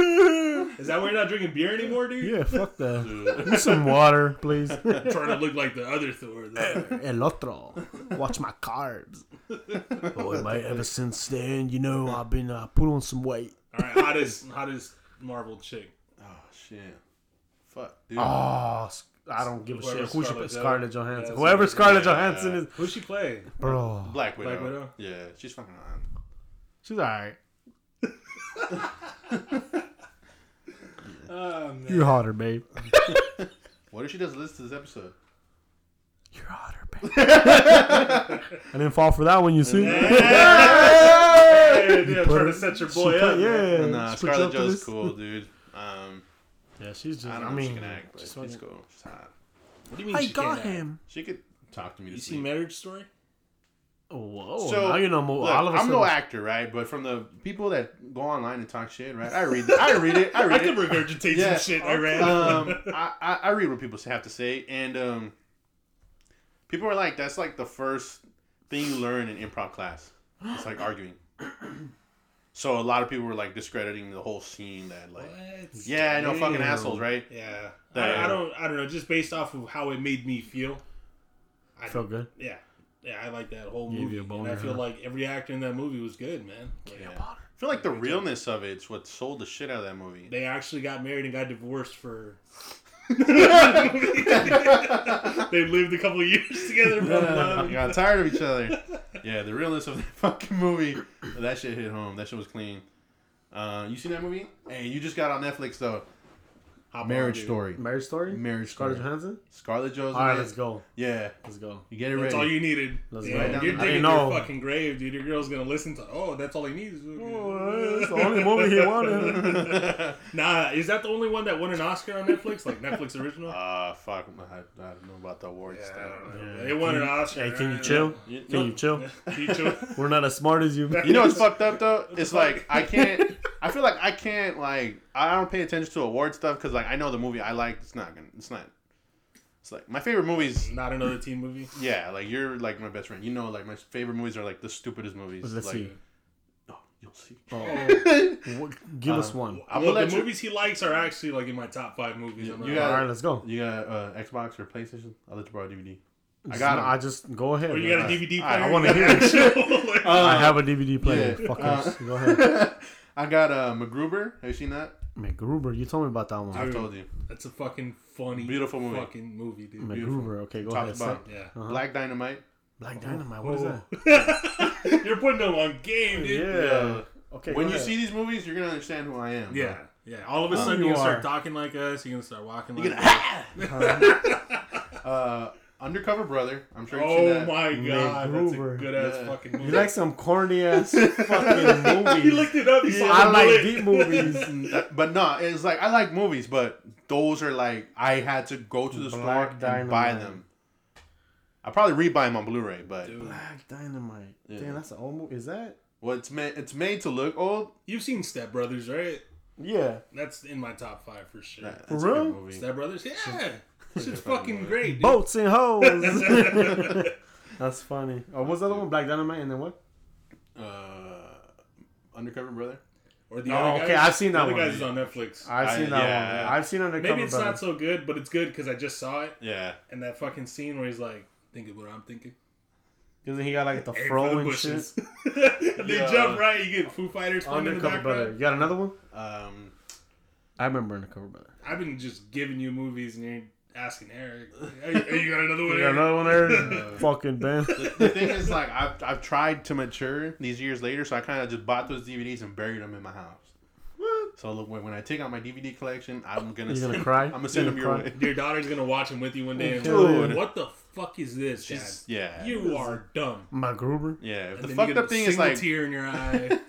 S2: on? Is that why you're not drinking beer anymore, dude?
S5: yeah, fuck that.
S1: Dude.
S5: Give me some water, please.
S2: Trying to look like the other Thor. though.
S5: El otro, watch my carbs. Boy, mate, ever since then, you know, I've been uh, put on some weight.
S2: All right, hottest hottest Marvel chick.
S1: Oh shit. Fuck, dude.
S5: Oh, S- I don't give a
S2: Whoever
S5: shit. Who should put
S2: Scarlett
S5: Scarlett
S2: Johansson-
S5: Johansson?
S2: Yeah,
S5: Whoever
S2: that's-
S5: Scarlett
S1: yeah.
S5: Johansson is,
S2: Who's she play?
S5: bro,
S1: Black Widow.
S2: Black Widow?
S1: Yeah, she's fucking on.
S5: she's all right.
S2: Oh, man.
S5: You're hotter, babe.
S1: What if she does listen to this episode?
S5: You're hotter, babe. I didn't fall for that one, you see.
S2: Hey, yeah,
S5: put
S2: trying
S5: her-
S2: to set your
S5: she
S2: boy
S5: put-
S2: up. man.
S5: yeah,
S1: nah,
S5: she put you up
S1: Scarlett
S5: to
S1: Joe's
S5: this.
S1: cool, dude. Um,
S5: Yeah, she's just.
S1: I
S5: I,
S1: don't know if
S5: mean,
S1: she can act, but
S5: just
S1: she's
S5: fucking-
S1: cool. She's hot.
S2: What do you mean?
S5: I
S2: she
S5: got
S2: can't act?
S5: him.
S1: She could talk to me to
S2: You see
S1: sleep.
S2: Marriage Story?
S5: Whoa!
S1: So,
S5: now you know more.
S1: Look,
S5: all of a
S1: I'm
S5: sudden,
S1: no actor, right? But from the people that go online and talk shit, right? I read, I read it, I
S2: I
S1: read
S2: could
S1: it.
S2: regurgitate
S1: Yeah.
S2: some shit I read.
S1: Um, I, I, I read what people have to say, and um, people are like, that's like the first thing you learn in improv class. It's like arguing. So a lot of people were like discrediting the whole scene that like, yeah, I know, fucking
S5: Damn.
S1: assholes, right?
S2: Yeah.
S1: That-
S2: I, I don't. I don't know. Just based off of how it made me feel. I
S5: felt good.
S2: Yeah. Yeah, I like that whole
S5: Gave
S2: movie.
S5: you a
S2: and I
S5: boner,
S2: feel
S5: huh?
S2: like every actor in that movie was good, man. Like,
S1: Yeah. I feel like the realness of it's what sold the shit out of that movie.
S2: They actually got married and got divorced for. they lived a couple of years together. From
S1: you got tired of each other. Yeah, the realness of that fucking movie. That shit hit home. That shit was clean. Uh, you seen that movie? Hey, you just got on Netflix though.
S2: Hop on,
S1: Marriage
S2: dude.
S1: Story.
S5: Oh, Marriage Story.
S1: Marriage
S5: Scarlett
S1: Story.
S5: Johansson.
S1: Scarlett Johansson.
S5: All right, let's go.
S1: Yeah,
S5: Let's go.
S1: you get it
S2: That's
S1: ready.
S2: all you needed.
S5: Let's
S2: Damn,
S1: I
S2: You're
S5: go.
S2: digging
S5: didn't know.
S2: your fucking grave, dude. Your girl's gonna listen to. Oh, that's all he needs.
S5: Oh, that's the only movie he wanted.
S2: nah, is that the only one that won an Oscar on Netflix? Like Netflix original?
S1: Ah, fuck. I, I don't know about the awards
S2: Yeah, Oh, I
S1: stuff.
S2: don't know.
S5: Yeah.
S2: It won an Oscar.
S5: Hey, can you
S2: right?
S5: chill?
S1: You,
S5: Can you chill?
S2: Can you chill?
S5: We're not as smart as you.
S1: You know what's fucked up though? It's like I can't. I feel like I can't like I don't pay attention to award stuff because like I know the movie I like. It's not gonna. It's not. It's like my favorite movies.
S2: Not another teen movie.
S1: Yeah, like you're like my best friend. You know, like my favorite movies are like the stupidest movies.
S5: Let's
S1: like,
S5: see.
S1: Oh, you'll see.
S5: Oh. What- Give us one.
S1: I'm
S2: Look,
S1: gonna
S2: the
S1: let you.
S2: movies he likes are actually like in my top five movies.
S1: You-
S2: I'm like,
S1: you
S5: All
S1: got-
S5: right, let's go.
S1: You got uh, Xbox or PlayStation? I'll let you borrow a DVD. I
S5: Just-
S1: got Oh, 'em.
S5: I just go ahead.
S2: or oh, you
S5: man.
S2: got a DVD player?
S1: I- I
S5: wanna hear it. Uh,
S2: it.
S5: I have a DVD player.
S1: yeah.
S5: Fuckers.
S1: Uh,
S5: go ahead.
S1: I got uh, MacGruber. Have you seen that?
S5: MacGruber. You told me about that one.
S1: I've told you.
S2: That's a fucking funny,
S1: Beautiful movie.
S2: fucking movie, dude.
S5: MacGruber. Okay, go
S1: Top
S5: ahead.
S1: to bottom. Oh,
S5: Say-
S2: Yeah,
S1: Black Dynamite.
S5: Black Dynamite. What is that?
S2: Oh. you're putting them on game, dude.
S1: Yeah.
S5: Okay.
S1: when
S5: go
S1: you
S5: ahead.
S1: see these movies, you're gonna understand who I am. bro.
S2: Yeah, yeah. All of a sudden,
S5: Oh, you
S2: you're gonna
S5: are.
S2: start talking like us. You're gonna start walking
S1: You're
S2: like.
S1: gonna
S2: us.
S1: Uh, Undercover Brother. I'm sure you've seen
S2: Oh
S1: that.
S2: my god, that's a
S5: MacGruber.
S2: good ass
S1: Yeah.
S2: fucking movie.
S5: You like some corny ass fucking movies.
S2: he looked it up. He saw
S5: I
S2: the
S5: like
S2: bullet.
S5: deep movies.
S1: That- but no, it's like I like movies, but those are like I had to go to the
S5: Black
S1: store and buy
S5: Dynamite.
S1: them. I probably rebuy them on Blu-ray, but
S2: Dude,
S5: Black Dynamite.
S1: Yeah.
S5: Damn, that's an old movie. Is that?
S1: well, it's made it's made to look old.
S2: You've seen Step Brothers, right?
S5: Yeah.
S2: That's in my top five for sure.
S1: That- that's
S5: For
S1: a good
S5: real?
S1: movie.
S2: Step Brothers, yeah. This shit's fucking great. Dude.
S5: Boats and hoes. that's funny. Oh, what's the other one? Black Dynamite and then what?
S1: Uh, Undercover Brother.
S2: Or the
S5: Oh,
S2: other
S5: okay,
S2: guys.
S5: I've seen that
S2: the other
S5: one.
S2: guys is on Netflix.
S5: I've
S1: I-
S5: seen that
S1: yeah.
S5: one. I've seen Undercover
S2: Maybe it's
S5: Brother.
S2: not so good, but it's good because I just saw it
S1: Yeah,
S2: and that fucking scene where he's like, "Think of what I'm thinking."
S5: Because he got like the
S2: Aim
S5: fro
S2: for the
S5: and shit.
S2: bushes. and they
S1: Yeah.
S2: jump right. You get Foo Fighters playing in the
S5: Undercover Brother.
S2: background.
S5: You got another one?
S1: um,
S5: I remember Undercover Brother.
S2: I've been just giving you movies and you're asking Eric, hey, hey, you got another one?
S5: You got
S2: Eric?"
S5: another one there? Fucking Ben.
S1: the thing is, like I've I've tried to mature these years later, so I kind of just bought those DVDs and buried them in my house. So look, when when I take out my DVD collection, I'm gonna
S5: You're
S1: send,
S5: gonna cry?
S1: I'm gonna send
S5: You're
S1: them your
S5: gonna
S1: way.
S2: Your daughter's gonna watch him with you one day and
S5: Dude.
S2: Dude. what the fuck is this, Dad?
S1: She's- yeah,
S2: You are dumb.
S5: MacGruber.
S1: yeah. If
S2: And
S1: the
S2: then
S1: fucked
S2: you get
S1: up
S2: a
S1: thing is
S2: single
S1: like
S2: tear in your eye.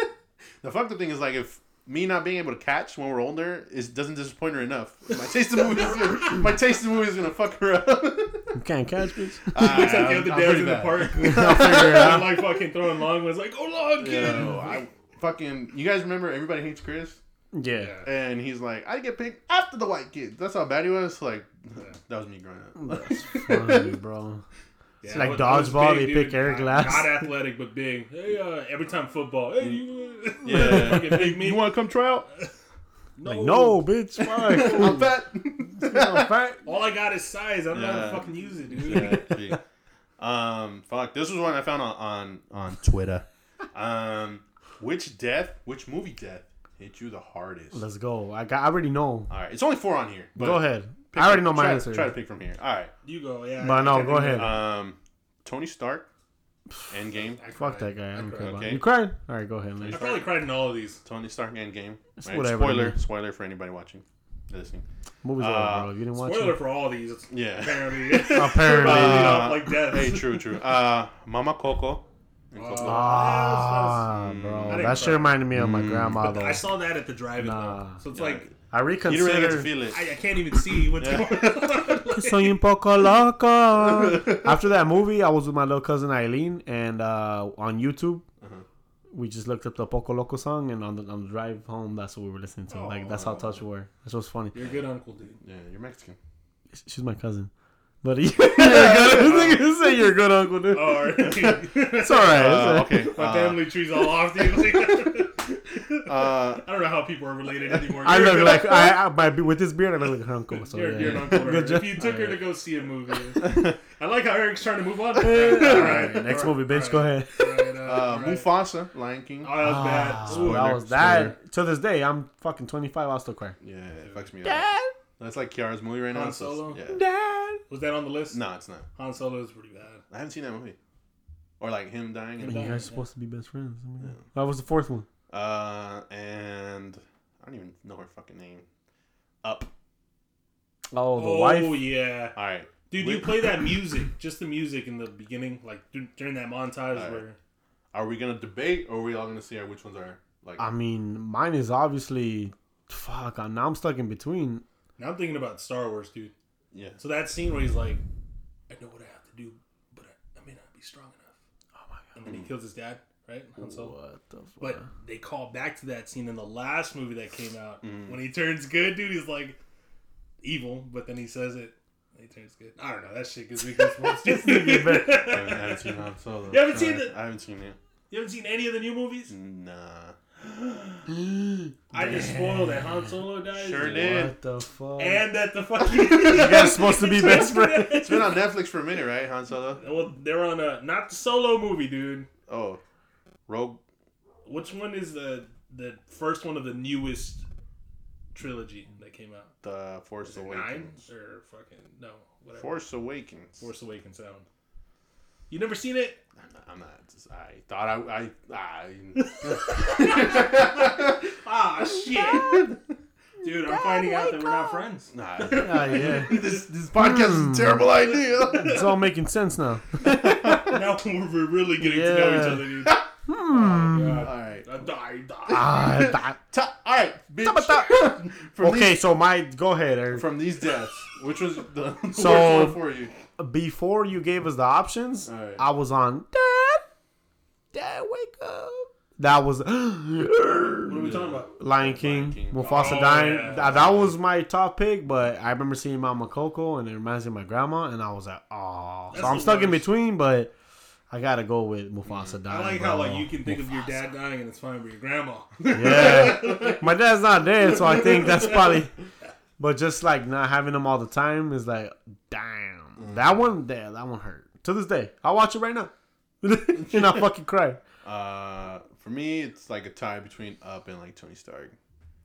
S1: The fucked up thing is like if me not being able to catch when we're older is doesn't disappoint her enough. My taste in movies, my taste in movies is gonna fuck her up.
S5: You can't catch, bitch.
S2: Looks like the other day I was in the park.
S5: I'll figure it
S2: I'm
S5: out.
S2: like fucking throwing long ones, like, "Go long,
S1: You
S2: kid."
S1: know, I fucking. You guys remember Everybody Hates Chris?
S5: Yeah.
S1: And he's like, I get picked after the white kids. That's how bad he was. Like, that was me growing up.
S5: Funny, bro.
S2: Yeah,
S5: like
S2: but I was
S5: dodgeball,
S2: big,
S5: they
S2: dude.
S5: pick Eric
S2: Not-
S5: last.
S2: Not athletic, but big. Hey, uh, every time football. Hey, you. uh,
S1: Yeah.
S2: fucking big me.
S1: you want to come try out?
S2: no.
S5: Like, no, bitch.
S1: I'm
S5: Why?
S1: fat.
S5: I'm fat.
S2: All I got is size. I don't know how
S1: Yeah.
S2: to fucking use it, dude.
S1: Yeah, um, fuck. This was one I found on on, on Twitter. Um, which death? Which movie death hit you the hardest?
S5: Let's go. I got. I already know.
S1: All right, it's only four on here. But
S5: Go ahead. I already know my
S1: try,
S5: answer.
S1: Try to pick from here. All right.
S2: You go, yeah.
S5: But no,
S2: I
S5: go
S2: think
S5: ahead.
S1: Um, Tony Stark, Endgame.
S2: I cried.
S5: Fuck that guy. I don't care about
S1: Okay.
S5: him. You cried? All right, go ahead.
S2: I
S5: Man.
S2: probably cried in all of these.
S1: Tony Stark Endgame.
S5: It's
S1: Right?
S5: whatever to
S1: Spoiler,
S5: me.
S1: spoiler for anybody watching, listening.
S5: Movies
S1: Uh,
S5: over, bro. If you didn't watch
S2: Spoiler
S5: it.
S2: for all of these. It's
S1: Yeah.
S2: apparently.
S5: Apparently.
S2: Probably lead
S1: Uh,
S2: off like death.
S1: hey, true, true. Uh, Mama Coco. And Coco.
S2: Uh,
S5: Ah,
S1: Mm.
S5: bro.
S2: I didn't
S5: That shit
S2: cry.
S5: reminded me of my grandma, though.
S2: I saw that at the drive-in.
S5: Nah.
S2: though. So it's
S1: Yeah.
S2: like
S5: I
S1: you didn't really get to
S5: reconsidered.
S1: feel it.
S2: I, I can't even see what's
S1: Yeah.
S2: going on.
S5: Soy un poco loco. After that movie, I was with my little cousin Eileen, and uh, on YouTube,
S1: Uh-huh.
S5: we just looked up the Poco Loco song, and on the, on the drive home, that's what we were listening to. Like
S1: Oh.
S5: that's how touched we were. That's what's funny.
S2: You're a good uncle, dude.
S1: Yeah, you're Mexican.
S5: She's my cousin, but you're good. Say you're a good uncle, dude.
S2: All right.
S5: It's all right. it's all
S1: Uh,
S5: right.
S1: okay.
S2: My
S1: uh,
S2: family tree's all off, dude.
S1: uh,
S2: I don't know how people are related anymore.
S5: I
S2: You're a
S5: look
S2: good
S5: like I, I my, with this beard, I look like her uncle. So
S2: You're,
S5: yeah.
S2: you're an uncle. to her.
S5: Good
S2: If
S5: job.
S2: you took her to go see a movie, I like how Eric's trying to move on. All right,
S5: All right, next movie, bitch. Go ahead.
S2: Right, uh,
S1: uh,
S2: right.
S1: Mufasa, Lion King.
S2: Oh, that was
S5: Ah,
S2: bad. Ooh,
S5: that was
S1: spoiler.
S5: that. To this day, I'm fucking 25. I'll still cry.
S1: Yeah, it fucks me up. That's like Kiara's movie right now.
S2: Han
S1: so it's-
S2: Solo?
S1: yeah.
S2: Was that on the list?
S1: No, it's not.
S2: Han Solo is pretty bad.
S1: I haven't seen that movie. Or like him dying.
S5: You
S1: And,
S5: guys
S2: Yeah.
S5: are supposed to be best friends. I mean, That was the fourth one.
S1: uh, and I don't even know her fucking name. Up.
S5: Oh, the
S2: oh
S5: wife.
S2: yeah,
S1: All right.
S2: dude,
S1: We-
S2: you play that music, just the music in the beginning, like dur- during that montage
S1: Alright.
S2: where
S1: Are we gonna debate, or are we all gonna see which ones are like?
S2: Uh.
S5: I mean, mine is obviously fuck. I- Now I'm stuck in between.
S2: now I'm thinking about Star Wars, dude.
S1: yeah.
S2: So that scene where he's like, I know what I have to do, but I, I may not be strong enough.
S5: Oh my
S2: And then he kills his dad, right? Han Solo.
S5: What the fuck?
S2: But they call back to that scene in the last movie that came out. When he turns good, dude, he's like evil, but then he says it. and He turns good. I don't know. That shit gives me goosebumps.
S1: I
S2: dude.
S1: haven't, I haven't seen Han Solo.
S2: You haven't seen
S1: Alright,
S2: it?
S1: I haven't seen it.
S2: you haven't seen any of the new movies?
S1: Mm. Nah.
S2: I just spoiled that Han Solo dies.
S1: Sure
S2: dude.
S1: did.
S5: What the fuck?
S2: And that the fucking. you guys
S5: supposed to be best friends.
S1: It's been on Netflix for a minute, right? Han Solo.
S2: Well, they're on a not the solo movie, dude.
S1: Oh, Rogue.
S2: Which one is the the first one of the newest trilogy that came out?
S1: The Force
S2: Is it nine
S1: Awakens.
S2: or fucking no? Whatever.
S1: Force Awakens.
S2: Force Awakens. That one. You never seen it?
S1: I'm not. I thought I. I.
S2: Ah, shit. Dude, I'm finding out that we're not friends.
S1: I nah.
S5: Ah, yeah.
S1: This this
S5: Hmm.
S1: podcast is a terrible idea.
S5: It's all making sense now.
S2: now we're we're really getting to know each
S5: Yeah.
S2: other, dude. Oh,
S1: all right.
S2: God. I die, die.
S5: Ah, that-
S1: Ta- all right, bitch. from
S5: okay,
S1: These,
S5: so my go ahead, Eric.
S1: from these deaths, which was the
S5: So-
S1: worst one for you?
S5: Before you gave us the options,
S1: Alright.
S5: I was on Dad, Dad, wake up. That was Lion
S2: What are we talking about?
S5: King,
S1: King.
S5: Mufasa
S2: Oh,
S5: dying.
S2: yeah.
S5: That, that was my top pick, but I remember seeing Mama Coco and it reminds me of my grandma, and I was like, oh. So
S2: That's
S5: I'm
S2: the
S5: stuck in
S2: worst.
S5: between, but I gotta go with Mufasa dying.
S2: I like how
S5: bro.
S2: like you can think of your dad dying and it's fine for your grandma.
S5: Yeah, my dad's not dead, so I think that's probably. But just like not having him all the time is like, damn,
S2: Mm.
S5: that one, damn, that one hurt. To this day, I watch it right now, and I fucking cry.
S1: Uh, for me, it's like a tie between Up and like Tony Stark.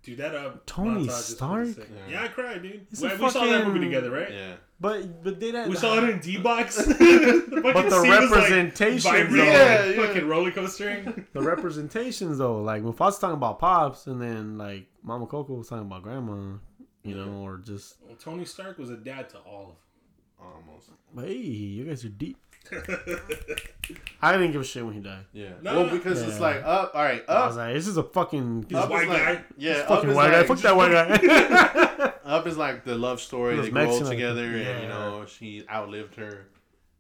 S2: Dude, that up.
S5: Tony
S2: montage is
S5: Stark?
S2: pretty sick.
S1: Yeah.
S2: Yeah. I cried, dude.
S5: He's
S2: We,
S5: a
S2: we saw that movie
S5: fucking-
S2: together, right?
S1: Yeah,
S5: But but they didn't.
S2: We saw it in D box. but
S5: the representation,
S2: vibrating,
S1: though.
S2: like,
S1: Yeah, yeah.
S2: fucking roller coastering.
S5: the representations though. Like Mufasa's talking about pops, and then like Mama Coco was talking about grandma. You know, or just
S2: well, Tony Stark was a dad to all
S1: almost.
S5: hey, you guys are deep.
S2: of them.
S5: I didn't give a shit when he died.
S1: Yeah.
S2: No,
S1: well,
S2: no, no.
S1: because it's
S5: Yeah.
S1: like Up. All right,
S5: I was
S2: Oh.
S1: Up.
S5: like, this is a fucking
S2: He's a
S1: Up
S2: white
S1: is like,
S2: guy.
S1: Yeah,
S5: fucking
S1: Up
S5: white guy.
S1: is
S5: Fuck
S1: like,
S5: that white guy.
S1: Up is like the love story.
S5: He was
S1: They grow old
S5: Mexican.
S1: together, and
S5: Yeah.
S1: you know she outlived her,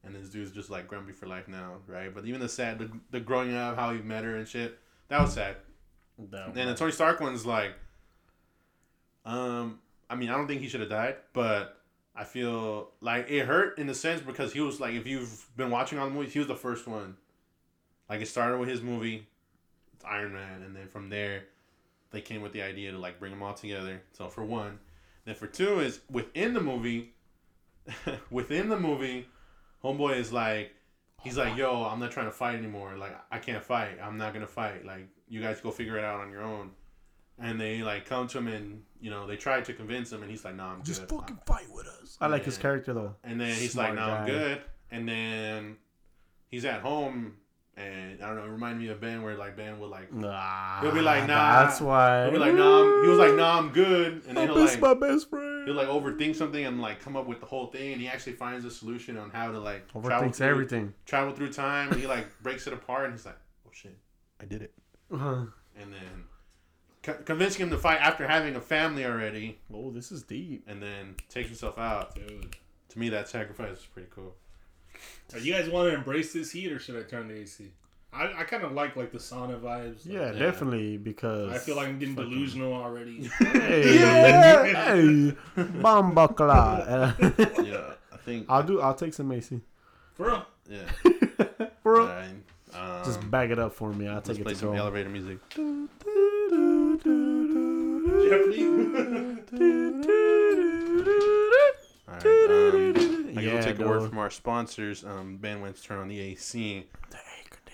S1: and this dude's just like grumpy for life now, right? But even the sad, the, the growing up, how he met her and shit, that was sad. And the Tony Stark one's like, um, I mean, I don't think he should have died, but I feel like it hurt in a sense because he was like, if you've been watching all the movies, he was the first one. Like it started with his movie, it's Iron Man, and then from there, they came with the idea to like bring them all together. So for one, then for two is within the movie, within the movie, Homeboy is like, he's like, yo, I'm not trying to fight anymore. Like, I can't fight. I'm not gonna fight. Like, you guys go figure it out on your own. And they like come to him and you know they try to convince him and he's like, no, I'm good.
S5: fight with us. I like his
S1: Yeah.
S5: character though.
S1: And then he's
S5: Smart
S1: like, no, I'm
S5: guy.
S1: good. And then he's at home and I don't know. It reminded me of Ben where like Ben would like.
S5: Nah.
S1: He'll be like, nah.
S5: That's why.
S1: He'll be like, no, I'm, he was like, no, I'm good. And then he'll like,
S5: my best friend.
S1: he'll like overthink something and like come up with the whole thing and he actually finds a solution on how to like travel
S5: Overthinks
S1: through-
S5: everything.
S1: travel through time and he like breaks it apart and he's like oh shit i did it
S5: Uh-huh.
S1: and then co- convincing him to fight after having a family already
S5: Oh, this is deep.
S1: and then takes himself out
S2: Dude.
S1: to me that sacrifice is pretty cool
S2: Are you guys want to embrace this heat or should I turn the AC? I, I kind of like like the sauna vibes.
S5: Yeah,
S1: Yeah.
S5: definitely because
S2: I feel like I'm getting
S5: fucking-
S2: delusional already.
S5: Hey,
S1: Yeah.
S5: hey, bambakla.
S1: yeah i think
S5: I'll do. I'll take some Macy.
S2: Bro,
S1: yeah
S5: Bro,
S1: Alright, um,
S5: just back it up for me. I'll
S1: let's
S5: take it
S1: play
S5: to
S1: some
S5: go.
S1: elevator music
S2: Jeopardy.
S1: all right um, i
S5: Yeah,
S1: gotta take a word
S5: dog.
S1: from our sponsors um ben went to turn on the ac
S5: The air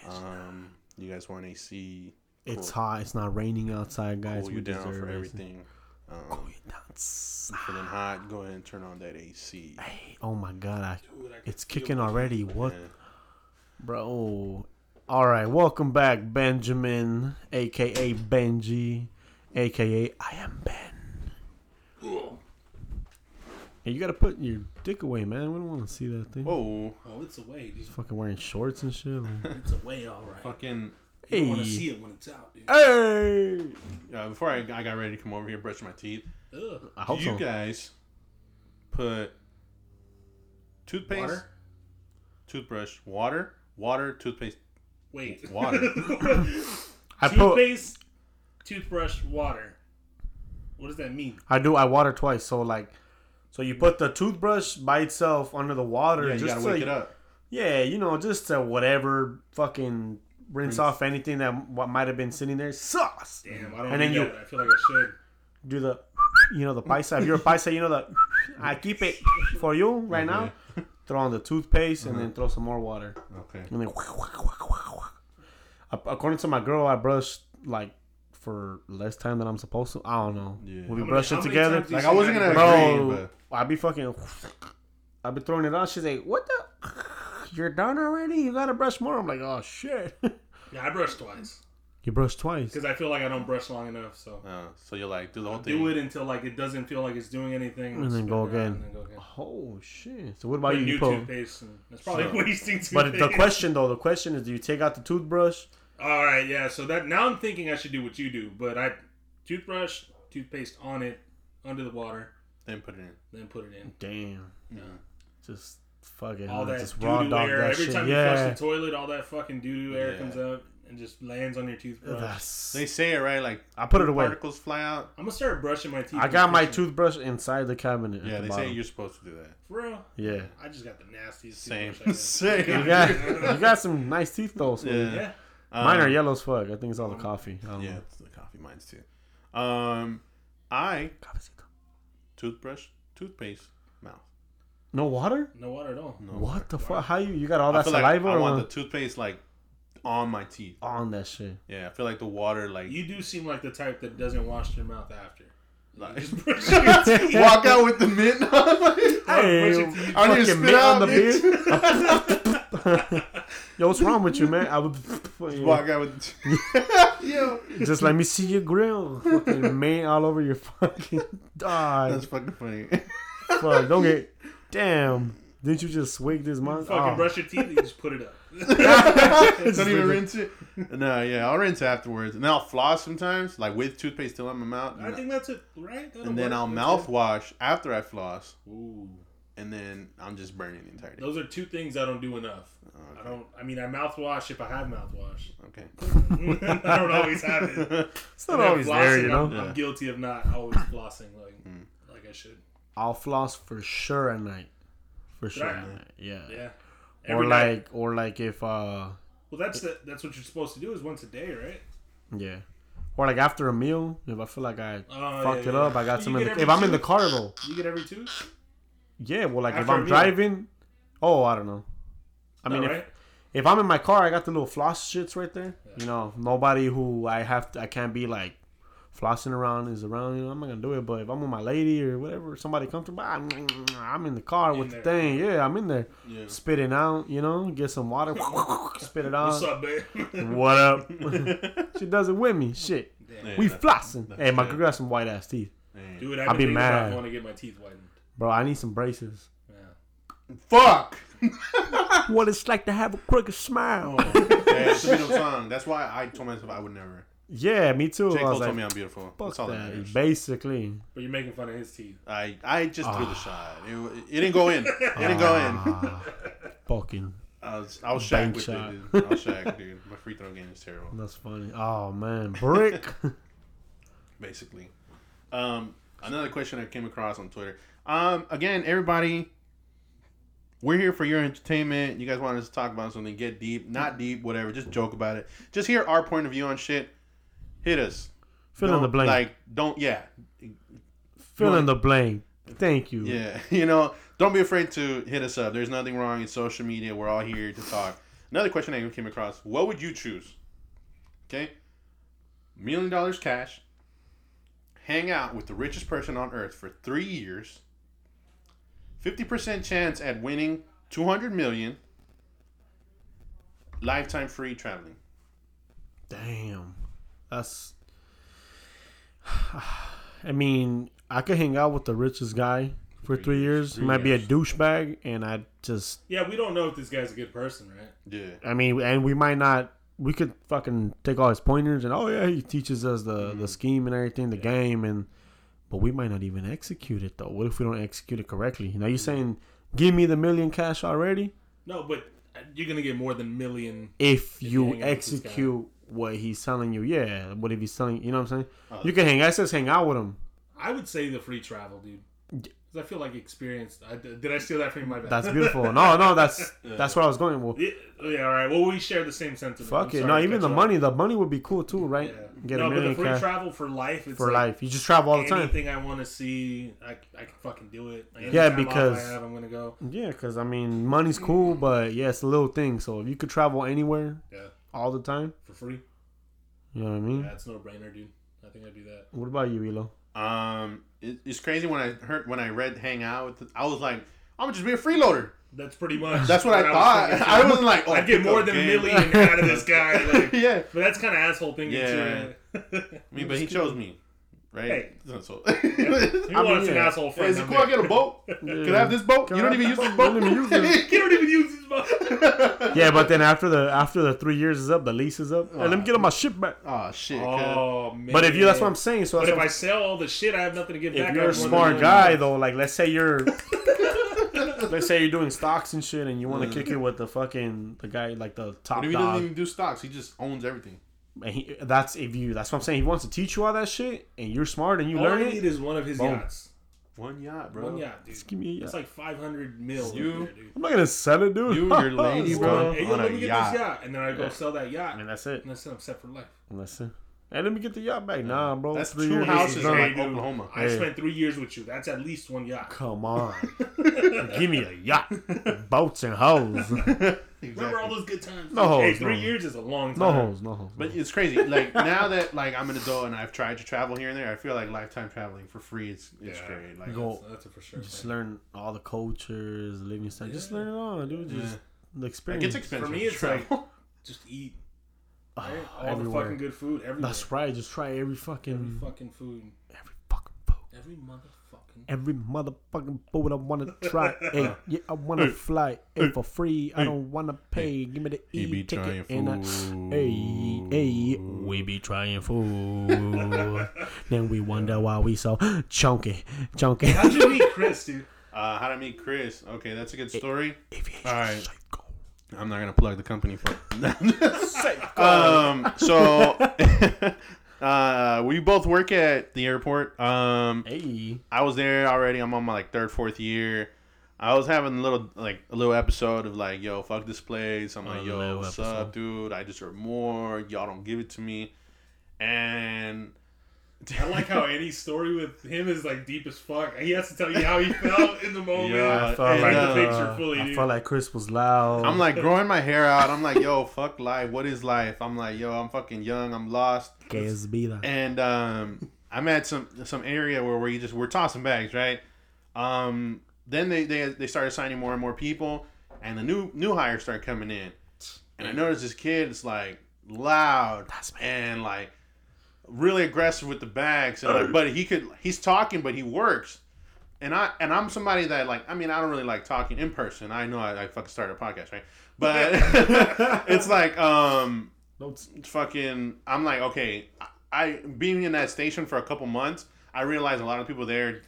S5: conditioner.
S1: um you guys want ac
S5: It's hot. It's not raining outside, guys.
S1: cool
S5: we
S1: you down
S5: deserve
S1: for
S5: AC.
S1: everything um,
S5: Cool you down.
S1: feeling hot, go ahead and turn on that AC.
S5: Hey, oh my god, I,
S2: Dude, I can
S5: it's
S2: feel
S5: kicking
S2: it.
S5: already. What,
S1: Yeah.
S5: bro? All right, welcome back, Benjamin, aka Benji, aka I am Ben.
S2: Ugh.
S5: Hey, you gotta put your dick away, man. We don't want to see that thing.
S1: Whoa,
S2: Oh, it's away, dude.
S5: Fucking wearing shorts and shit. like-
S2: It's away, all right.
S1: fucking.
S2: You want to
S5: Hey. Ah.
S2: see it when it's out, dude.
S5: hey,
S1: Uh, before I, I got ready to come over here, brush my teeth.
S2: Ugh.
S5: I
S1: Do
S5: hope
S1: you
S5: so.
S1: guys put toothpaste,
S2: Water?
S1: toothbrush, water, water, toothpaste,
S2: Wait.
S1: water.
S5: I put.
S2: Toothpaste, toothbrush, water. What does that mean?
S5: I do. I water twice. So like, so you put the toothbrush by itself under the water.
S1: yeah, you
S5: just
S1: gotta
S5: to,
S1: wake
S5: like-
S1: it up.
S5: Yeah, you know, just to whatever fucking
S1: Rinse.
S5: rinse, off anything that what might have been sitting there. Sauce.
S2: Damn, I don't.
S5: And
S2: do
S5: then you-
S2: that. I feel like I should.
S5: Do the, you know, the paisa. If you're a paisa, you know the. I keep it for you right now. Throw on the toothpaste and
S2: Uh-huh.
S5: then throw some more water.
S1: Okay.
S5: And then Ap- according to my girl, I brushed like for less time than I'm supposed to. I don't know.
S1: Yeah.
S5: We be
S2: How many-
S5: brushing
S2: how many
S5: together.
S2: times do you
S1: Like
S2: see
S1: I wasn't
S2: that
S1: gonna
S2: in a-
S5: Bro.
S1: agree, but
S5: I be fucking. I be throwing it out. She's like, "What the? You're done already? You gotta brush more." I'm like, "Oh shit."
S2: Yeah, I brush twice
S5: you brushed twice.
S2: because I feel like I don't brush long enough. So
S1: uh, so you're like do the whole thing.
S2: do it until like it doesn't feel like it's doing anything,
S5: And then
S2: spin
S5: go
S2: around
S5: again.
S2: and then go again.
S5: Oh shit. So what about
S2: Put
S5: you?
S2: new
S5: you put,
S2: toothpaste. And that's probably
S1: So-
S2: wasting toothpaste.
S5: but the question though, the question is, do you take out the toothbrush?
S2: All right, yeah. So that now I'm thinking I should do what you do, but I toothbrush, toothpaste on it, under the water,
S1: Then put it in.
S2: then put it in.
S5: Damn.
S1: Yeah.
S5: Just fucking.
S2: All that
S5: just
S2: doo
S5: raw
S2: doo
S5: dog
S2: air.
S5: that
S2: Every
S5: shit.
S2: time you
S5: Yeah.
S2: flush the toilet, all that fucking doo doo air
S1: Yeah.
S2: comes out and just lands on your toothbrush.
S5: That's-
S1: They say it right, like
S5: I put it away.
S1: particles fly out.
S2: I'm gonna start brushing my teeth.
S5: I
S2: in
S5: got
S2: the
S5: my
S2: kitchen.
S5: toothbrush inside the cabinet.
S1: Yeah,
S5: at the
S1: they say
S5: bottom.
S1: you're supposed to do that.
S2: For real,
S5: Yeah.
S2: I just got the nastiest
S1: Same.
S2: toothbrush. I guess.
S5: You
S1: Same.
S5: got, you got some nice teeth though. So
S1: Yeah.
S2: Yeah.
S1: Um,
S5: Mine are yellow as fuck. I think it's all the coffee. I don't
S1: Yeah,
S5: know.
S1: it's the coffee mines too. Um, I
S5: Cafecito.
S1: toothbrush, toothpaste, mouth.
S5: No water?
S2: No water at all.
S1: No.
S5: What the fuck? How you? You got all that
S1: I feel
S5: Oh, saliva
S1: like I
S5: or
S1: want
S5: what?
S1: the toothpaste like on my teeth.
S5: on that shit?
S1: Yeah, I feel like the water like
S2: You do seem like the type that doesn't wash your mouth after.
S1: Like-
S2: You just brush your teeth.
S1: walk out with the mint. on.
S5: Hey,
S2: your teeth.
S1: I need to
S5: fucking
S1: spit
S5: mint on
S1: out
S5: the
S1: bitch.
S5: beard. Yo, what's wrong with you, man? I would
S1: Walk out with. Yo,
S5: just let me see your grill. Fucking man all over your fucking dog.
S1: that's fucking funny.
S5: Fuck, don't get. Damn, didn't you just swig this month?
S2: Fucking
S5: Oh.
S2: brush your teeth and you just put it up.
S1: Don't even rinse it. No, yeah, I'll rinse afterwards, and then I'll floss sometimes, like with toothpaste still on my mouth,
S2: I
S1: and,
S2: think that's it, right? That'll
S1: and then
S2: work.
S1: I'll
S2: That's it.
S1: mouthwash after I floss,
S2: Ooh.
S1: and then I'm just burning the entire day.
S2: Those are two things I don't do enough. I don't. I mean, I mouthwash if I have mouthwash.
S1: Okay.
S2: I don't always have it.
S5: It's not
S2: If I'm
S5: always there,
S2: flossing,
S5: you know. Hmm.
S2: I'm, I'm
S1: Yeah.
S2: guilty of not always flossing like like I should.
S5: I'll floss for sure at night. For sure
S2: Right.
S5: at night. Yeah.
S2: Yeah.
S5: Or
S2: Every night.
S5: like, or like if uh,
S2: Well, that's the, that's what you're supposed to do is once a day, right?
S5: yeah. Or like after a meal, if I feel like I
S2: Oh,
S5: fucked
S2: yeah,
S5: it
S2: yeah.
S5: up, I got
S2: You
S5: some. In
S2: get
S5: the,
S2: every
S5: if I'm in
S2: two?
S5: the car though,
S2: You get every two.
S5: yeah. Well, like if
S2: After a
S5: I'm
S2: meal. Oh,
S5: driving, oh, I don't know. I mean, if,
S2: right?
S5: if I'm in my car, I got the little floss shits right there. You know, nobody who I have to, I can't be like flossing around is around. You know, I'm not gonna do it. But if I'm with my lady or whatever, somebody comfortable, I'm, I'm in the car with
S2: there.
S5: the thing. Yeah, I'm in there.
S1: Yeah.
S5: Spit it out. You know, get some water. spit it
S2: What's
S5: out.
S2: up, babe?
S5: What up? she does it with me. Shit,
S2: Damn.
S5: we
S1: Yeah, that-
S5: flossing.
S1: that's
S5: Hey, my
S1: good.
S5: girl got some white ass teeth,
S1: Man.
S2: Dude, I've
S5: I'll
S2: been
S5: be
S2: thinking
S5: mad.
S2: about want to get my teeth whitened.
S5: bro. I need some braces.
S2: Yeah.
S1: Fuck.
S5: what it's like to have a crooked smile.
S1: Yeah, it's a beautiful song. That's why I told myself I would never.
S5: Yeah, me too.
S1: J.
S5: I
S1: Cole
S5: was
S1: told
S5: like,
S1: me I'm beautiful.
S5: fuck
S1: That's all that
S5: that.
S1: matters.
S5: Basically,
S2: But you're making fun of his teeth.
S1: I, I just threw
S5: Ah.
S1: the shot. It, it didn't go in. It didn't go in.
S5: fucking.
S1: I was, I was
S5: Ah.
S1: Shaq
S5: Bank
S1: with
S5: shot.
S1: it, dude. I was Shaq, dude. My free throw game is terrible,
S5: That's funny. Oh man, brick.
S1: basically. Um, another question I came across on Twitter. Um, again, everybody, we're here for your entertainment. You guys want us to talk about something, get deep, not deep, whatever. Just joke about it. Just hear our point of view on shit. Hit us.
S5: Fill in the
S1: Don't,
S5: blank.
S1: Like, don't, yeah,
S5: Fill in the blank. Thank you.
S1: Yeah, you know, don't be afraid to hit us up. There's nothing wrong in social media. We're all here to talk. Another question I came across: What would you choose? Okay, million dollars cash. Hang out with the richest person on earth for three years. Fifty percent chance at winning two hundred million. Lifetime free traveling.
S5: Damn. That's. I mean, I could hang out with the richest guy for for three, years.
S1: Three
S5: he might
S1: years.
S5: be a douchebag, and I just,
S2: Yeah, we don't know if this guy's a good person, right?
S1: Yeah.
S5: I mean, and we might not. We could fucking take all his pointers and oh yeah, he teaches us the the scheme and everything, the game, and but we might not even execute it though. What if we don't execute it correctly? Now you're saying, give me the million cash already.
S2: No, but uh, you're gonna get more than million.
S5: if
S2: you
S5: you
S2: hang out with this guy.
S5: execute what he's telling you. Yeah, what if he's telling you know what I'm saying?
S2: Oh,
S5: you can hang. I says hang out with him.
S2: I would say the free travel, dude. 'Cause I feel like experienced. I, did I steal that from you? My bad.
S5: That's beautiful. no, no, that's that's where I was going. Well,
S2: Yeah, yeah, all right. Well, we share the same sentiment.
S5: fuck
S2: I'm
S5: it.
S2: sorry
S5: No,
S2: to
S5: even
S2: cut
S5: the
S2: you off.
S5: money. The money would be cool too, right?
S2: Yeah.
S5: Get
S2: no, but
S5: a
S2: the
S5: million
S2: free
S5: cash
S2: travel for life. It's
S5: for
S2: like
S5: life. You just travel all the time.
S2: Anything I want to see, I, I can fucking do it. Any
S5: Yeah,
S2: time off
S5: because-
S2: I have, I'm gonna go.
S5: Yeah, because I mean, money's cool, but yeah, it's a little thing. So if you could travel anywhere
S2: Yeah,
S5: all the time,
S2: for free.
S5: you know what I mean.
S2: Yeah, it's no brainer, dude. I think I'd do that.
S5: What about you, Elo?
S1: Um, it, it's crazy when I heard when I read "Hang Out," with the, I was like, "I'm gonna just be a freeloader."
S2: That's pretty much.
S1: That's what I
S2: was
S1: thought.
S2: thinking,
S1: I
S2: too.
S1: wasn't like, oh,
S2: I'd get
S1: pick
S2: more
S1: up
S2: than a
S1: game.
S2: million out of this guy. Like, but
S1: yeah,
S2: that's kind of asshole thinking.
S1: Yeah.
S2: Too. right?
S1: I mean, but he chose me, right?
S2: Hey.
S1: So,
S2: He
S5: I mean,
S2: wants an
S5: yeah.
S2: asshole friend.
S1: is it
S2: I'm
S1: cool? I
S2: there.
S1: get a boat. Can I have this boat?
S5: Can
S1: you
S5: I-
S1: don't even use this
S5: I
S1: boat.
S5: don't even use it.
S2: You don't even use his phone.
S5: Yeah, but then after the after the three years is up, the lease is up, and let me get on my ship back.
S1: oh shit! cuz.
S2: Oh man!
S5: But if you, that's what I'm saying. So
S2: But
S5: that's
S2: if
S5: what
S2: I
S5: I'm
S2: sell all the shit, I have nothing to give back.
S5: if
S2: I
S5: you're a
S2: have one
S5: smart
S2: million.
S5: guy though, like let's say you're let's say you're doing stocks and shit and you want to kick it with the fucking the guy like the top
S1: Mm. What if he doesn't
S5: dog.
S1: even do stocks? He just owns everything.
S5: And he, that's if you that's what I'm saying. He wants to teach you all that shit and you're smart and you
S2: all
S5: learn
S2: I
S5: it.
S2: need is one of his
S5: Boom.
S2: yachts.
S1: One yacht, bro.
S2: One yacht, dude.
S5: Just give me a-
S2: It's like 500 mil.
S1: You-
S2: right there, dude.
S5: I'm not gonna sell it, dude.
S1: You, your lady,
S5: It's
S1: bro.
S5: fine.
S2: Hey, yo,
S1: on
S2: let
S1: a
S2: me get
S1: yacht.
S2: this yacht, and then I go sell that yacht,
S5: I mean
S2: and
S5: that's it.
S2: that's it. I'm set for life.
S5: Listen, and let me get the yacht back. Nah, bro.
S1: That's
S5: three
S1: two
S5: years is
S1: houses
S5: done.
S1: in
S2: Hey,
S1: like
S2: dude,
S1: Oklahoma.
S2: I
S5: Hey.
S2: spent three years with you. That's at least one yacht.
S5: Come on, give me a yacht, boats and hoes.
S2: Remember all those good times?
S5: No
S2: hey,
S5: hoes,
S2: three
S5: no.
S2: years is a long time.
S5: No hoes, no hoes.
S1: But it's crazy. Like now that like I'm an adult and I've tried to travel here and there, I feel like lifetime traveling for free. It's it's
S2: Yeah.
S1: great. Like
S5: Go.
S2: That's, that's a for sure.
S5: Just
S2: thing.
S5: learn all the cultures, living stuff. Just
S2: Yeah.
S5: learn it all, dude. Just the
S1: like
S5: experience.
S1: it's expensive.
S2: For me,
S1: to
S2: it's
S1: travel.
S2: like just eat
S5: Ah,
S2: right? all the
S5: everywhere.
S2: fucking good food. Everywhere.
S5: That's right. Just try every fucking
S2: Every fucking food.
S5: every fucking food.
S2: Every motherfucking.
S5: Every motherfucking food I wanna try. hey, yeah, I wanna fly. Hey, for free. I don't wanna pay. Give me the
S1: He
S5: e
S1: be
S5: ticket.
S1: trying
S5: And I, hey, hey, we be trying food. then we wonder why we so chunky, chunky.
S2: How'd you meet Chris, dude?
S1: Uh, how to meet Chris? Okay, that's a good story.
S5: Aviation
S1: All right.
S5: psycho.
S1: I'm not gonna plug the company for. um. So, uh, we both work at the airport. Um,
S5: Hey,
S1: I was there already. I'm on my like third, fourth year. I was having a little like a little episode of like, yo, fuck this place. I'm like,
S5: Oh,
S1: yo,
S5: little
S1: what's
S5: episode.
S1: up, dude? I deserve more. Y'all don't give it to me. And
S2: I like how Andy's story with him is like deep as fuck. He has to tell you how he felt in the moment.
S1: Yeah, I
S5: I
S1: Uh,
S5: felt
S1: felt
S5: like
S1: like-
S2: the picture fully,
S5: I
S2: dude.
S5: felt like Chris was loud.
S1: I'm like growing my hair out. I'm like, yo, fuck life. What is life? I'm like, yo, I'm fucking young. I'm lost.
S5: que es vida.
S1: and um, I'm at some some area where we just we're tossing bags, right? Um, then they, they they started signing more and more people, and the new new hires start coming in, and I noticed this kid is like loud
S5: That's me.
S1: and like really aggressive with the bags, and like, but he could he's talking, but he works. And I and I'm somebody that like I mean I don't really like talking in person. I know I, I fucking started a podcast, right? But it's like um
S5: Don't-
S1: fucking I'm like, okay, I, I being in that station for a couple months, I realized a lot of people there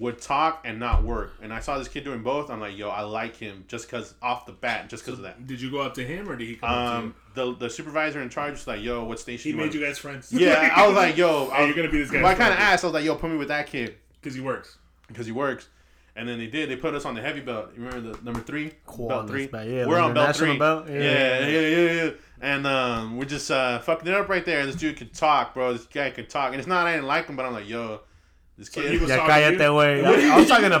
S1: would talk and not work. And I saw this kid doing both. I'm like, yo, I like him just cause off the bat, just cause of that.
S2: Did you go up to him or did he come up to you?
S1: Um, the the supervisor in charge was like, yo, what station?
S2: He made
S1: want-
S2: you guys friends.
S1: Yeah, I was like, yo, I was,
S2: Hey, you're gonna be this guy.
S1: well, I kind of asked. I was like, yo, put me with that kid
S2: because he works.
S1: because he works. And then they did. They put us on the heavy belt. You remember the number three?
S5: Cool,
S1: belt
S5: on this
S1: three.
S5: belt. Yeah,
S1: We're
S5: the
S1: on belt
S5: national
S1: three.
S5: belt. Yeah.
S1: Yeah. Yeah, yeah, yeah, yeah. And um, we're just uh, fucking it up right there. This dude could talk, bro. This guy could talk, and it's not I didn't like him, but I'm like, yo, this kid.
S2: he was-
S5: Yeah,
S2: Sorry,
S5: cállate,
S2: dude.
S5: güey. I, I was talking to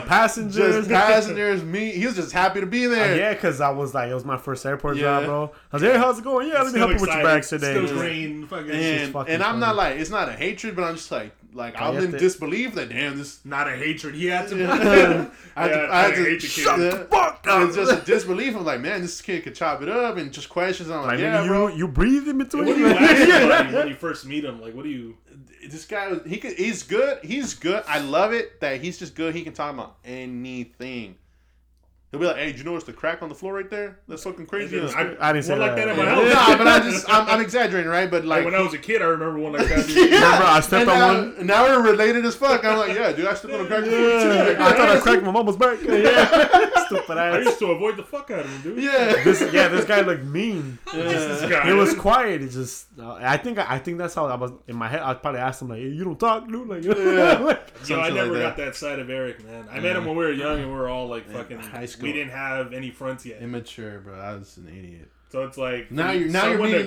S5: passengers.
S1: just passengers. Me, he was just happy to be there.
S5: Yeah, because I was like, it was my first airport
S1: Yeah.
S5: job, bro. I was like, hey, how's it going? Yeah, let me
S2: Still
S5: help you with your
S2: excited,
S5: bags today.
S2: Still
S5: Yeah.
S2: green. Fucking
S1: And,
S5: fucking
S1: and I'm
S5: funny.
S1: not like it's not a hatred, but I'm just like like
S5: I
S1: I was
S5: have
S1: in
S5: to-
S1: disbelief that damn this.
S2: Not a hatred. He had to.
S1: I had to,
S2: Yeah,
S1: I had
S2: I
S1: to
S2: hate the kid.
S1: shut the fuck up. It's just a disbelief. I'm like, man, this kid could chop it up and just questions. I'm like,
S5: Like,
S1: yeah,
S5: nigga, you
S1: bro.
S5: you breathe in between.
S2: What do you
S5: like-
S2: ask
S5: Yeah.
S2: somebody when you first meet him? Like, what do you?
S1: This guy, was- he could, he's good. He's good. I love it that he's just good. He can talk about anything. He'll be like, hey, did you notice the crack on the floor right there? That's fucking crazy.
S2: I,
S1: I,
S5: I didn't say
S2: one like
S5: that.
S2: that in my
S5: Yeah.
S1: no,
S2: house.
S1: nah, but I just, I'm, I'm exaggerating, right? But like,
S2: when I was a kid, I remember one like that. dude.
S1: yeah.
S5: Remember, I stepped
S1: And
S5: on
S1: now,
S5: one-
S1: Now we're related as fuck. I'm like, yeah, dude, I stepped on a crack. on the floor
S5: Yeah.
S1: too."
S5: I thought I cracked my mama's back. Yeah. Stupid
S2: I
S5: ass.
S2: used to avoid the fuck out of him, dude.
S1: Yeah.
S5: This, yeah, this guy looked mean.
S2: This guy.
S5: It was quiet. It just, uh, I think, I think that's how I was in my head. I probably asked him like, "Hey, "You don't talk, dude." Like,
S2: Yo, I
S1: Something
S2: never
S1: like
S2: got that side of Eric, man. I met him when we were young, and we were all like fucking
S1: high school.
S2: We didn't have any fronts yet,
S1: Immature, bro. I was an idiot.
S2: so it's like
S1: Now you're now you're
S2: someone
S1: meeting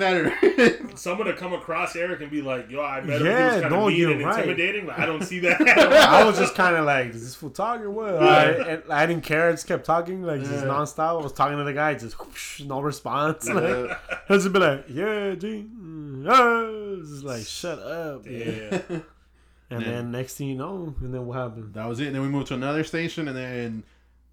S2: to,
S1: that.
S2: Someone to come across Eric and be like, "Yo, I met him.
S5: Yeah,
S2: he was kind
S5: no,
S2: of mean
S5: you're
S2: and
S5: right.
S2: intimidating." Like, I don't see that. at all.
S5: I was just kind of like, "Is this fool talking or what?" I, and I didn't care. I just kept talking like just
S1: Yeah.
S5: nonstop. I was talking to the guy, just whoosh, no response. Like,
S1: Yeah.
S5: I just be like, "Yeah, G." mm, ah," Just like, shut up. Yeah.
S2: yeah.
S5: And
S1: Yeah.
S5: then next thing you know, and then what happened?
S1: that was it. And then we moved to another station, and then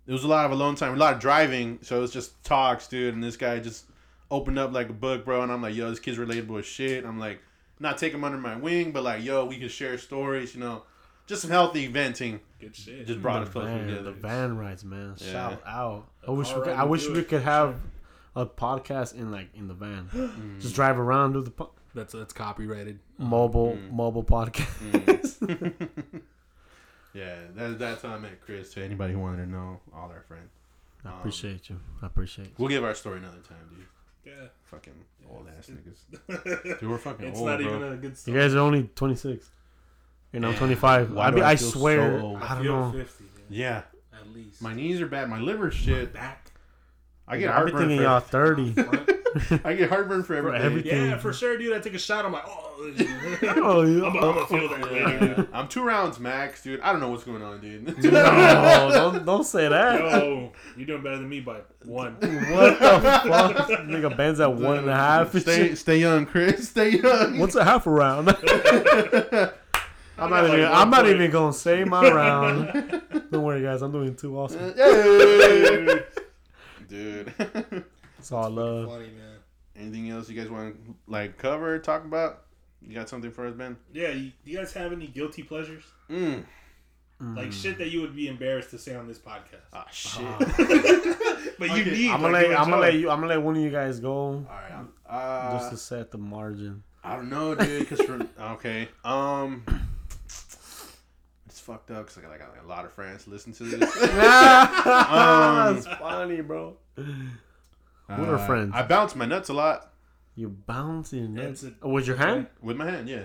S1: it was a lot of alone time, a lot of driving. So it was just talks, dude. And this guy just opened up like a book, bro. And I'm like, yo, this kid's relatable as shit. I'm like, not take him under my wing, but like, yo, we can share stories, you know, just some healthy venting.
S2: Good shit.
S1: Just brought us
S5: the
S1: closer
S5: van,
S1: together.
S5: the van rides, man.
S1: Yeah.
S5: Shout out. I wish we
S2: car
S5: could,
S2: ride
S5: I
S2: would
S5: wish
S2: do
S5: we
S2: it,
S5: could have a podcast in like in the van. Just drive around do the po-
S2: that's that's copyrighted.
S5: mobile
S1: Mm.
S5: mobile podcast.
S1: Yeah, that, that's how I met Chris. To anybody who wanted to know, all our friends.
S5: I appreciate you. I appreciate. You.
S1: We'll give our story another time, dude.
S2: Yeah.
S1: Fucking old ass niggas. Dude, we're fucking
S2: It's
S1: old,
S2: not
S1: bro.
S2: even a good
S5: You
S2: story.
S5: guys are only 26. You know, I'm 25.
S1: Why
S5: I,
S1: do
S5: be,
S1: I
S5: I,
S1: feel
S5: swear.
S1: so old?
S5: I don't
S2: Feel
S5: know.
S2: 50, man.
S1: Yeah,
S2: at least.
S1: my knees are bad. My liver's shit.
S2: back.
S1: I get
S5: I've been
S1: heartburn.
S5: thinking
S1: For,
S5: y'all 30.
S1: I get heartburn for everything.
S5: everything.
S2: Yeah, for sure, dude. I take a shot. I'm like, oh, I'm
S5: oh,
S2: gonna
S5: yeah.
S2: feel that later.
S1: Yeah. I'm two rounds max, dude. I don't know what's going on, dude.
S5: No, don't, don't say that.
S2: Yo, you're doing better than me by one.
S5: What the fuck? Nigga bends at one and a half. and
S1: Stay,
S5: shit.
S1: stay young, Chris. Stay young.
S5: What's a half a round? I'm not
S2: got
S5: even.
S2: like
S5: I'm
S2: one
S5: not
S2: point.
S5: even gonna say my round. Don't worry, guys. I'm doing two awesome.
S1: Hey. dude.
S5: That's all I love.
S2: Funny man.
S1: Anything else you guys want to like cover, talk about? You got something for us, Ben?
S2: Yeah, you, you guys have any guilty pleasures?
S1: Mm.
S5: Mm.
S2: Like shit that you would be embarrassed to say on this podcast,
S5: Uh,
S1: Ah, shit.
S2: but you
S1: Okay,
S2: need.
S5: I'm gonna
S2: like, you
S5: let. I'm gonna
S2: enjoy.
S5: let you. I'm gonna let one of you guys go
S1: All right. I'm- uh,
S5: just to set the margin.
S1: I don't know, dude. Cause for okay, um, it's fucked up. Cause I got, I got like, a lot of friends to listen to this. Um,
S5: That's funny, bro. What are
S1: Uh,
S5: friends?
S1: I bounce my nuts a lot
S5: You bouncing
S2: That's
S5: nuts.
S2: a-
S5: Oh, with your hand?
S1: with my hand. Yeah.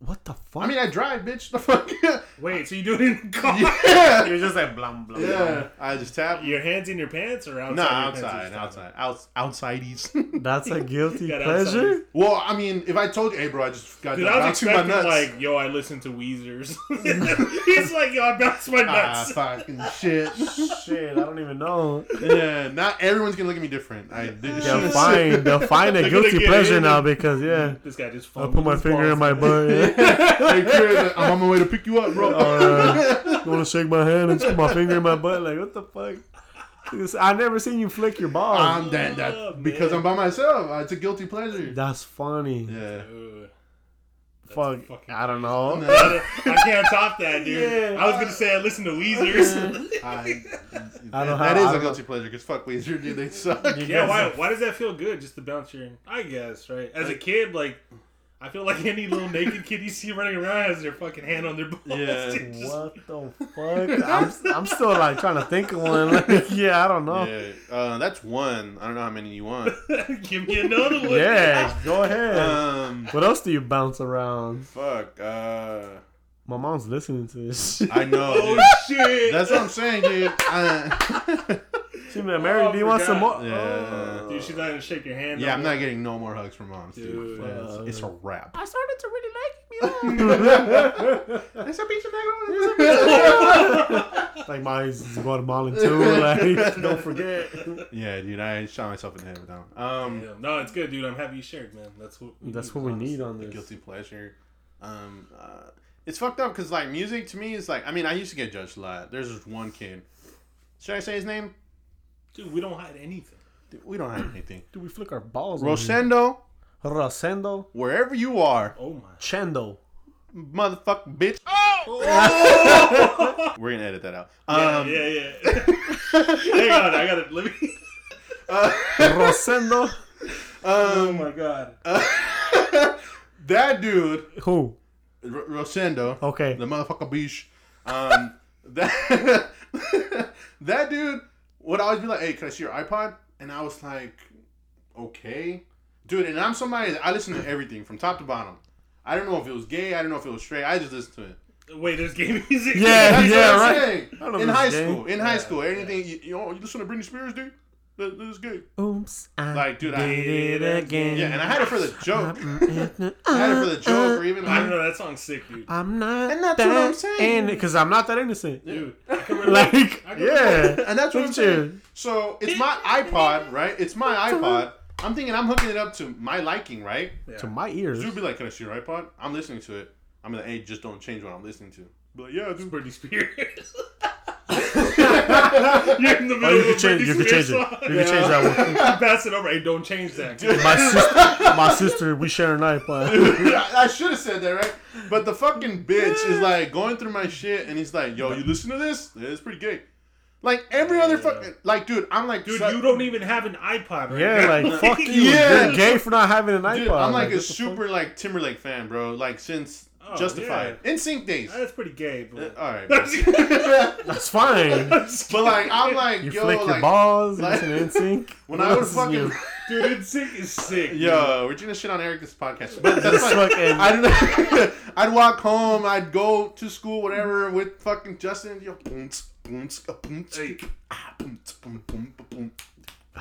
S5: What the fuck?
S1: I mean, I drive, bitch. The fuck. yeah.
S2: Wait, so you do it in the car?
S1: Yeah.
S5: you're just like blum blum.
S1: I just tap.
S2: Your hands in your pants or outside?
S1: No,
S2: your
S1: outside,
S2: pants?
S1: outside, out, outsidees.
S5: That's a guilty
S2: Got
S5: pleasure.
S1: well, I mean, if I told you, hey, bro, I just got
S2: Dude,
S1: done
S2: I was
S1: bouncing my
S2: expecting
S1: nuts.
S2: like, yo, I listen to Weezer's. He's like, yo, I bounce my
S1: ah,
S2: nuts.
S1: fucking shit.
S5: Shit, I don't even know.
S1: yeah, not everyone's gonna look at me different. I did.
S5: They'll find they'll find a
S2: They're
S5: guilty
S2: gonna get
S5: pleasure
S2: in.
S5: now because yeah,
S2: this guy just.
S5: I
S2: fumbled
S5: put my
S2: his
S5: finger
S2: balls.
S5: in my butt. Yeah.
S1: Hey, Chris, I'm on my way to pick you up, bro.
S5: Or, uh, you want to shake my hand and put my finger in my butt? Like what the fuck? This- I never seen you flick your balls.
S1: I'm that, that
S2: Oh, man.
S1: because I'm by myself. It's a guilty pleasure.
S5: That's funny.
S1: Yeah.
S2: Dude,
S5: fuck.
S2: fucking-
S5: I don't know.
S2: I can't top that, dude.
S5: Yeah.
S2: I was gonna say I listen to Weezer's.
S1: I,
S5: I don't
S1: that
S5: have-
S1: is
S5: I
S1: a
S5: don't-
S1: guilty pleasure because fuck Weezer, dude, they suck.
S2: Yeah, why, why does that feel good just to bounce your I guess, right? As a kid, like I feel like any little naked kid you see running around has their fucking hand on their balls.
S1: Yeah.
S2: dude. Just-
S5: What the fuck? I'm, I'm still like trying to think of one. Like, yeah, I don't
S2: Oh.
S5: know.
S1: Yeah, uh, that's one. I don't know how many you want.
S2: Give me another one.
S5: Yeah, go ahead.
S1: Um,
S5: what else do you bounce around?
S1: fuck. Uh,
S5: My mom's listening to this. shit.
S1: I know.
S2: Oh
S1: dude.
S2: shit.
S1: That's what I'm saying, dude. Uh, I,
S5: She been Mary,
S2: Oh,
S5: do you want some
S2: forgot.
S5: more?
S1: Yeah.
S2: dude, she's not gonna shake your hand.
S1: yeah, I'm
S2: more.
S1: not getting no more hugs from moms, dude.
S2: Dude.
S1: It's, it's a wrap.
S5: I started to really
S1: It's a beach negro.
S5: like mine's Guatemalan too. Like, don't forget.
S1: yeah, dude, I shot myself in the head with that one. Um,
S2: Yeah. No, it's good, dude. I'm happy you shared, man. That's what
S5: That's what we need on
S1: the
S5: this.
S1: guilty pleasure. Um, uh, it's fucked up because like music to me is like I mean I used to get judged a lot. There's this one kid. Should I say his name?
S2: Dude, we don't hide anything.
S1: Dude, we don't have anything.
S5: Dude, we flick our balls. on you.
S1: Rosendo,
S5: Rosendo.
S1: wherever you are,
S2: Oh my.
S5: Chendo.
S1: motherfucking bitch. We're gonna edit that out.
S2: Yeah,
S1: Um,
S2: Oh! yeah, yeah. Hang on, I gotta let me.
S1: Um, uh,
S5: Rosendo.
S2: oh my god.
S1: that dude,
S5: Who?
S1: R- Rosendo,
S5: Okay.
S1: the motherfucker bitch. Um, that that dude would always be like, "Hey, can I see your iPod?" And I was like, "Okay, dude." And I'm somebody that I listen to everything from top to bottom. I don't know if it was gay. I don't know if it was straight. I just listened to it.
S2: Wait, there's game music.
S5: Yeah.
S1: That's what I'm
S5: right.
S1: saying.
S5: I don't know
S1: In
S5: if
S1: high
S5: it's gay.
S1: school, in high school, anything you, you, know, you listen to Britney Spears, dude. That, that's good.
S5: Oops. I
S1: Like, dude, I-
S5: did it again. uh,
S1: Yeah, and I had it for the joke.
S5: Mm-hmm.
S1: I had it for the joke, or even
S2: I
S1: like,
S2: don't know. That song's sick, dude.
S5: I'm not.
S1: And that's
S5: that
S1: what I'm saying.
S5: because I'm not that innocent.
S2: Dude, I can relate.
S5: Like,
S2: I can
S5: yeah.
S1: and that's what I'm
S5: Look
S1: saying.
S5: at
S1: So it's my iPod, right? It's my iPod. I'm thinking I'm hooking it up to my liking, right?
S5: you. To my ears.
S1: Dude would be like, "Can I see your iPod?" I'm listening to it. I'm like, "Hey, just don't change what I'm listening to." Be like, "Yeah, dude."
S2: Britney Spears. You're in the middle
S5: Oh, you
S2: of a
S5: can change.
S2: Britney
S5: You can
S2: Spears
S5: change it. You
S2: song.
S5: can change that one.
S2: Pass it over. Hey, don't change that.
S5: My sister, my sister, we share an iPod.
S1: I I should have said that, right? But the fucking bitch is like going through my shit, and he's like, "Yo, you listen to this? Yeah, It's pretty gay." Like every other fucking like, dude. I'm like,
S2: Dude,
S1: so-
S2: you don't even have an iPod right
S5: Yeah,
S2: now.
S5: like fuck you.
S1: Yeah.
S5: You're gay for not having an iPod.
S1: Dude, I'm like, a
S5: what the fuck?
S1: super like Timberlake fan, bro. Like since
S2: Oh,
S1: Justified, In Sync days.
S2: That's pretty gay,
S1: Uh,
S2: but.
S1: All right, bro.
S2: but
S5: That's fine.
S1: like I'm like,
S5: You
S1: yo,
S5: flick your
S1: like
S5: balls.
S1: like-
S5: you listen to NSYNC.
S1: when
S5: What
S1: I would
S5: else is
S1: fucking
S5: new?
S2: Dude, NSYNC is sick.
S1: yo, we're gonna shit on Eric's podcast, but that's
S5: Just
S1: fine.
S5: fucking-
S1: I don't know. I'd walk home. I'd go to school, whatever, with fucking Justin. Yo, boom, tsk, boom, tsk, uh, boom, tsk,
S2: Hey.
S1: ah, boom, tsk, boom, boom, boom, boom.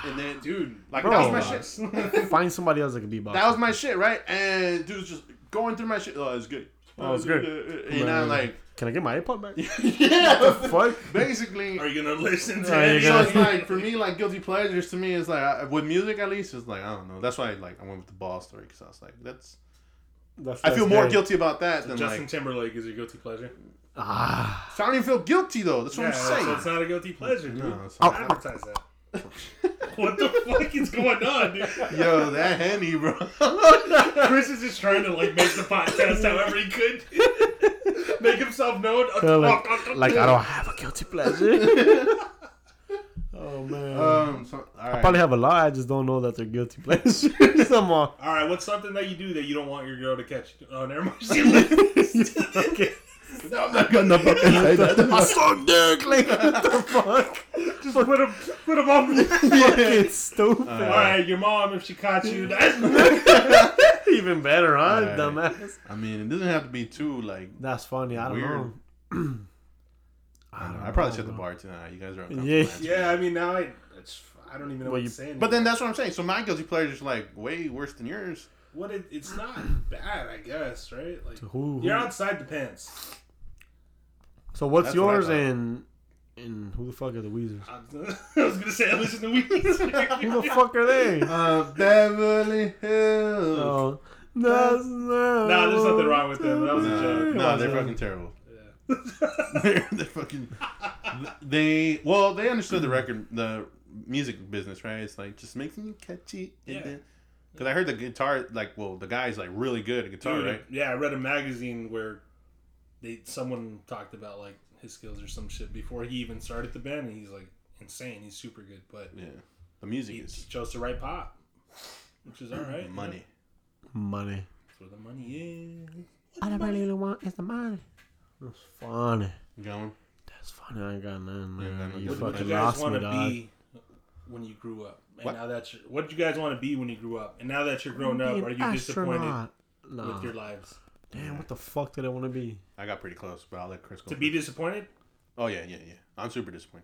S1: and then dude,
S2: Dude,
S1: like
S5: Bro.
S1: that was my shit.
S5: Find somebody else that can be boss.
S1: That was my shit, right? And dude was just going through my shit. Oh, it's good.
S5: Oh, it's good.
S1: And I'm like,
S5: Can I get my iPod back?
S1: yeah,
S5: Fuck.
S1: basically.
S2: are you going to listen to
S5: Are you
S2: any
S1: So
S5: gonna-
S1: it's like for me, like guilty pleasures to me is like I, with music at least. It's like I don't know. That's why like I went with the ball story because I was like, that's.
S5: That's-
S1: I
S5: that's
S1: feel more
S5: gay.
S1: guilty about that than
S2: Justin
S1: like.
S2: Timberlake is your guilty pleasure.
S5: Ah.
S1: I don't even feel guilty though. That's what
S2: Yeah,
S1: I'm saying.
S2: so it's not a guilty pleasure, dude.
S1: No, it's not.
S2: Advertise that. what the fuck is going on, dude?
S1: Yo, that henny, bro.
S2: Chris is just trying to like make the podcast however he could, make himself known.
S5: Feel like, like I don't have a guilty pleasure. oh man.
S1: um, so, all right.
S5: Probably have a lot. I just don't know that they're guilty pleasures. I'm all.
S2: All right, what's something that you do that you don't want your girl to catch? Oh, never mind. She listens.
S1: I'm not gonna fucking say
S5: I
S1: that.
S5: suck dick. Like what the fuck?
S2: just put him, put him on.
S5: Fucking stupid.
S2: All right, your mom, if she caught you, that's
S5: Even better, huh,
S1: Alright.
S5: dumbass?
S1: I mean, it doesn't have to be too like.
S5: That's funny. I don't
S1: Weird.
S5: know.
S1: I, don't know. I
S5: know,
S1: probably set the
S5: bro.
S1: bar tonight. You guys are on
S5: Yeah.
S2: yeah. I mean, now I, it's, I don't even know
S5: Well,
S2: what
S5: you-
S2: to say.
S1: But
S2: anymore.
S1: then that's what I'm saying. So my guilty pleasure is like way worse than yours.
S2: what it, it's not bad, I guess, right? Like
S5: Who, who-
S2: you're outside the pants.
S5: So what's
S1: That's what I
S5: yours
S1: thought.
S5: and and who the fuck are the Weezers?
S2: I was gonna say I listen to
S5: Who
S2: Weezer.
S5: the fuck are they?
S1: Uh, Beverly Hills.
S5: oh, that's no.
S2: Nah, there's nothing wrong with them. That was a
S1: No,
S2: joke.
S1: no, they're fucking terrible. they're, they're fucking. They well, they understood the record, the music business, right? It's like just making it catchy,
S2: Yeah.
S1: and then because I heard the guitar, like, well, the guy's like really good at guitar,
S2: Dude,
S1: right?
S2: Yeah, I read a magazine where they someone talked about like his skills or some shit before he even started the band, and he's like insane. He's super good, but
S1: Yeah, the music
S2: he
S1: is
S2: chose to write pop, which is all right.
S1: money.
S5: Money.
S2: That's where the money is.
S5: All I really want is the money. That's funny.
S1: You got one?
S5: That's funny. I ain't got nothing,
S1: Yeah,
S5: man.
S1: man,
S5: you
S1: what-
S2: What
S1: what
S2: did
S5: fucking
S2: you guys
S5: lost me,
S2: want to
S5: dog.
S2: be when you grew up? And
S1: What?
S2: now that you're, what did you guys want to be when you grew up? And now that you're grown up,
S5: Be an
S2: are you disappointed
S5: astronaut. Nah.
S2: with your lives?
S5: Damn, what the fuck did I want to be?
S1: I got pretty close, but I'll let Chris go.
S2: To be disappointed?
S1: oh yeah, yeah, yeah. I'm super disappointed.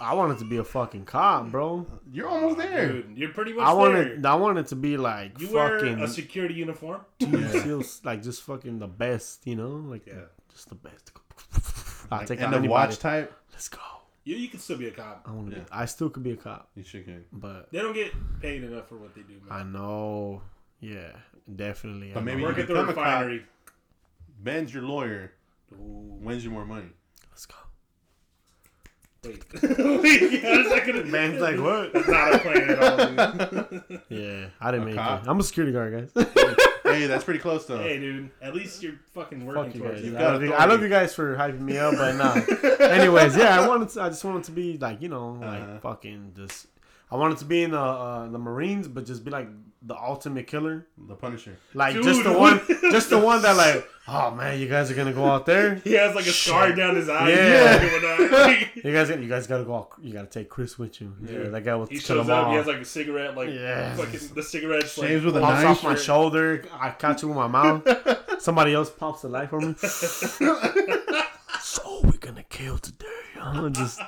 S5: I wanted to be a fucking cop, bro.
S1: You're almost there.
S2: Dude, you're pretty much
S5: I
S2: there.
S5: wanted, I wanted to be like
S2: you wear
S5: fucking
S2: a security uniform?
S5: Team Seals, like just fucking the best, you know, like
S2: Yeah.
S5: just the best. I'll
S1: Like,
S5: take out
S1: end of
S5: anybody.
S1: watch type.
S5: Let's go.
S2: You, you can still be a cop.
S5: I want to
S1: Yeah.
S5: be. I still could be a cop,
S1: You should get.
S5: but
S2: They don't get paid enough for what they do, man.
S5: I know. Yeah, definitely.
S1: But
S5: I
S1: maybe you
S5: know.
S2: Work at the
S1: become a cop.
S2: refinery.
S1: Ben's your lawyer.
S2: Ooh,
S1: When's you more money?
S5: Let's go.
S2: wait. wait, how is that gonna?
S5: Man's like, what?
S2: That's not a plan at all, dude.
S5: Yeah, I didn't
S1: A
S5: make
S1: cop?
S5: it. I'm a security guard, guys.
S1: hey, that's pretty close though.
S2: hey, dude. At least you're fucking working
S5: Fuck you
S2: towards
S5: guys.
S2: it.
S1: You've
S5: I
S1: got
S5: love you, I
S1: authority.
S5: love you guys for hyping me up, but nah. Anyways, yeah, I wanted to. I just wanted to be like you know, like
S1: Uh-huh.
S5: fucking just. I wanted to be in the uh, the Marines, but just be like the ultimate killer,
S1: The Punisher.
S5: like
S2: Dude,
S5: just the one,
S2: what?
S5: just the one that like, oh man, you guys are gonna go out there.
S2: He has like a scar
S5: Shit.
S2: down his eye.
S5: Yeah.
S2: and whatnot.
S5: You guys, you guys gotta go. Out, you gotta take Chris with you. Yeah,
S1: Yeah.
S5: that guy will
S2: He
S5: cut
S2: shows
S5: him
S2: up.
S5: off.
S2: He has like a cigarette, like
S5: Yeah.
S2: fucking the cigarette's like
S1: Shaves with a
S5: pops
S1: knife.
S5: off my shoulder. I catch it with my mouth. Somebody else pops the light for me. so we're gonna kill today. I'm just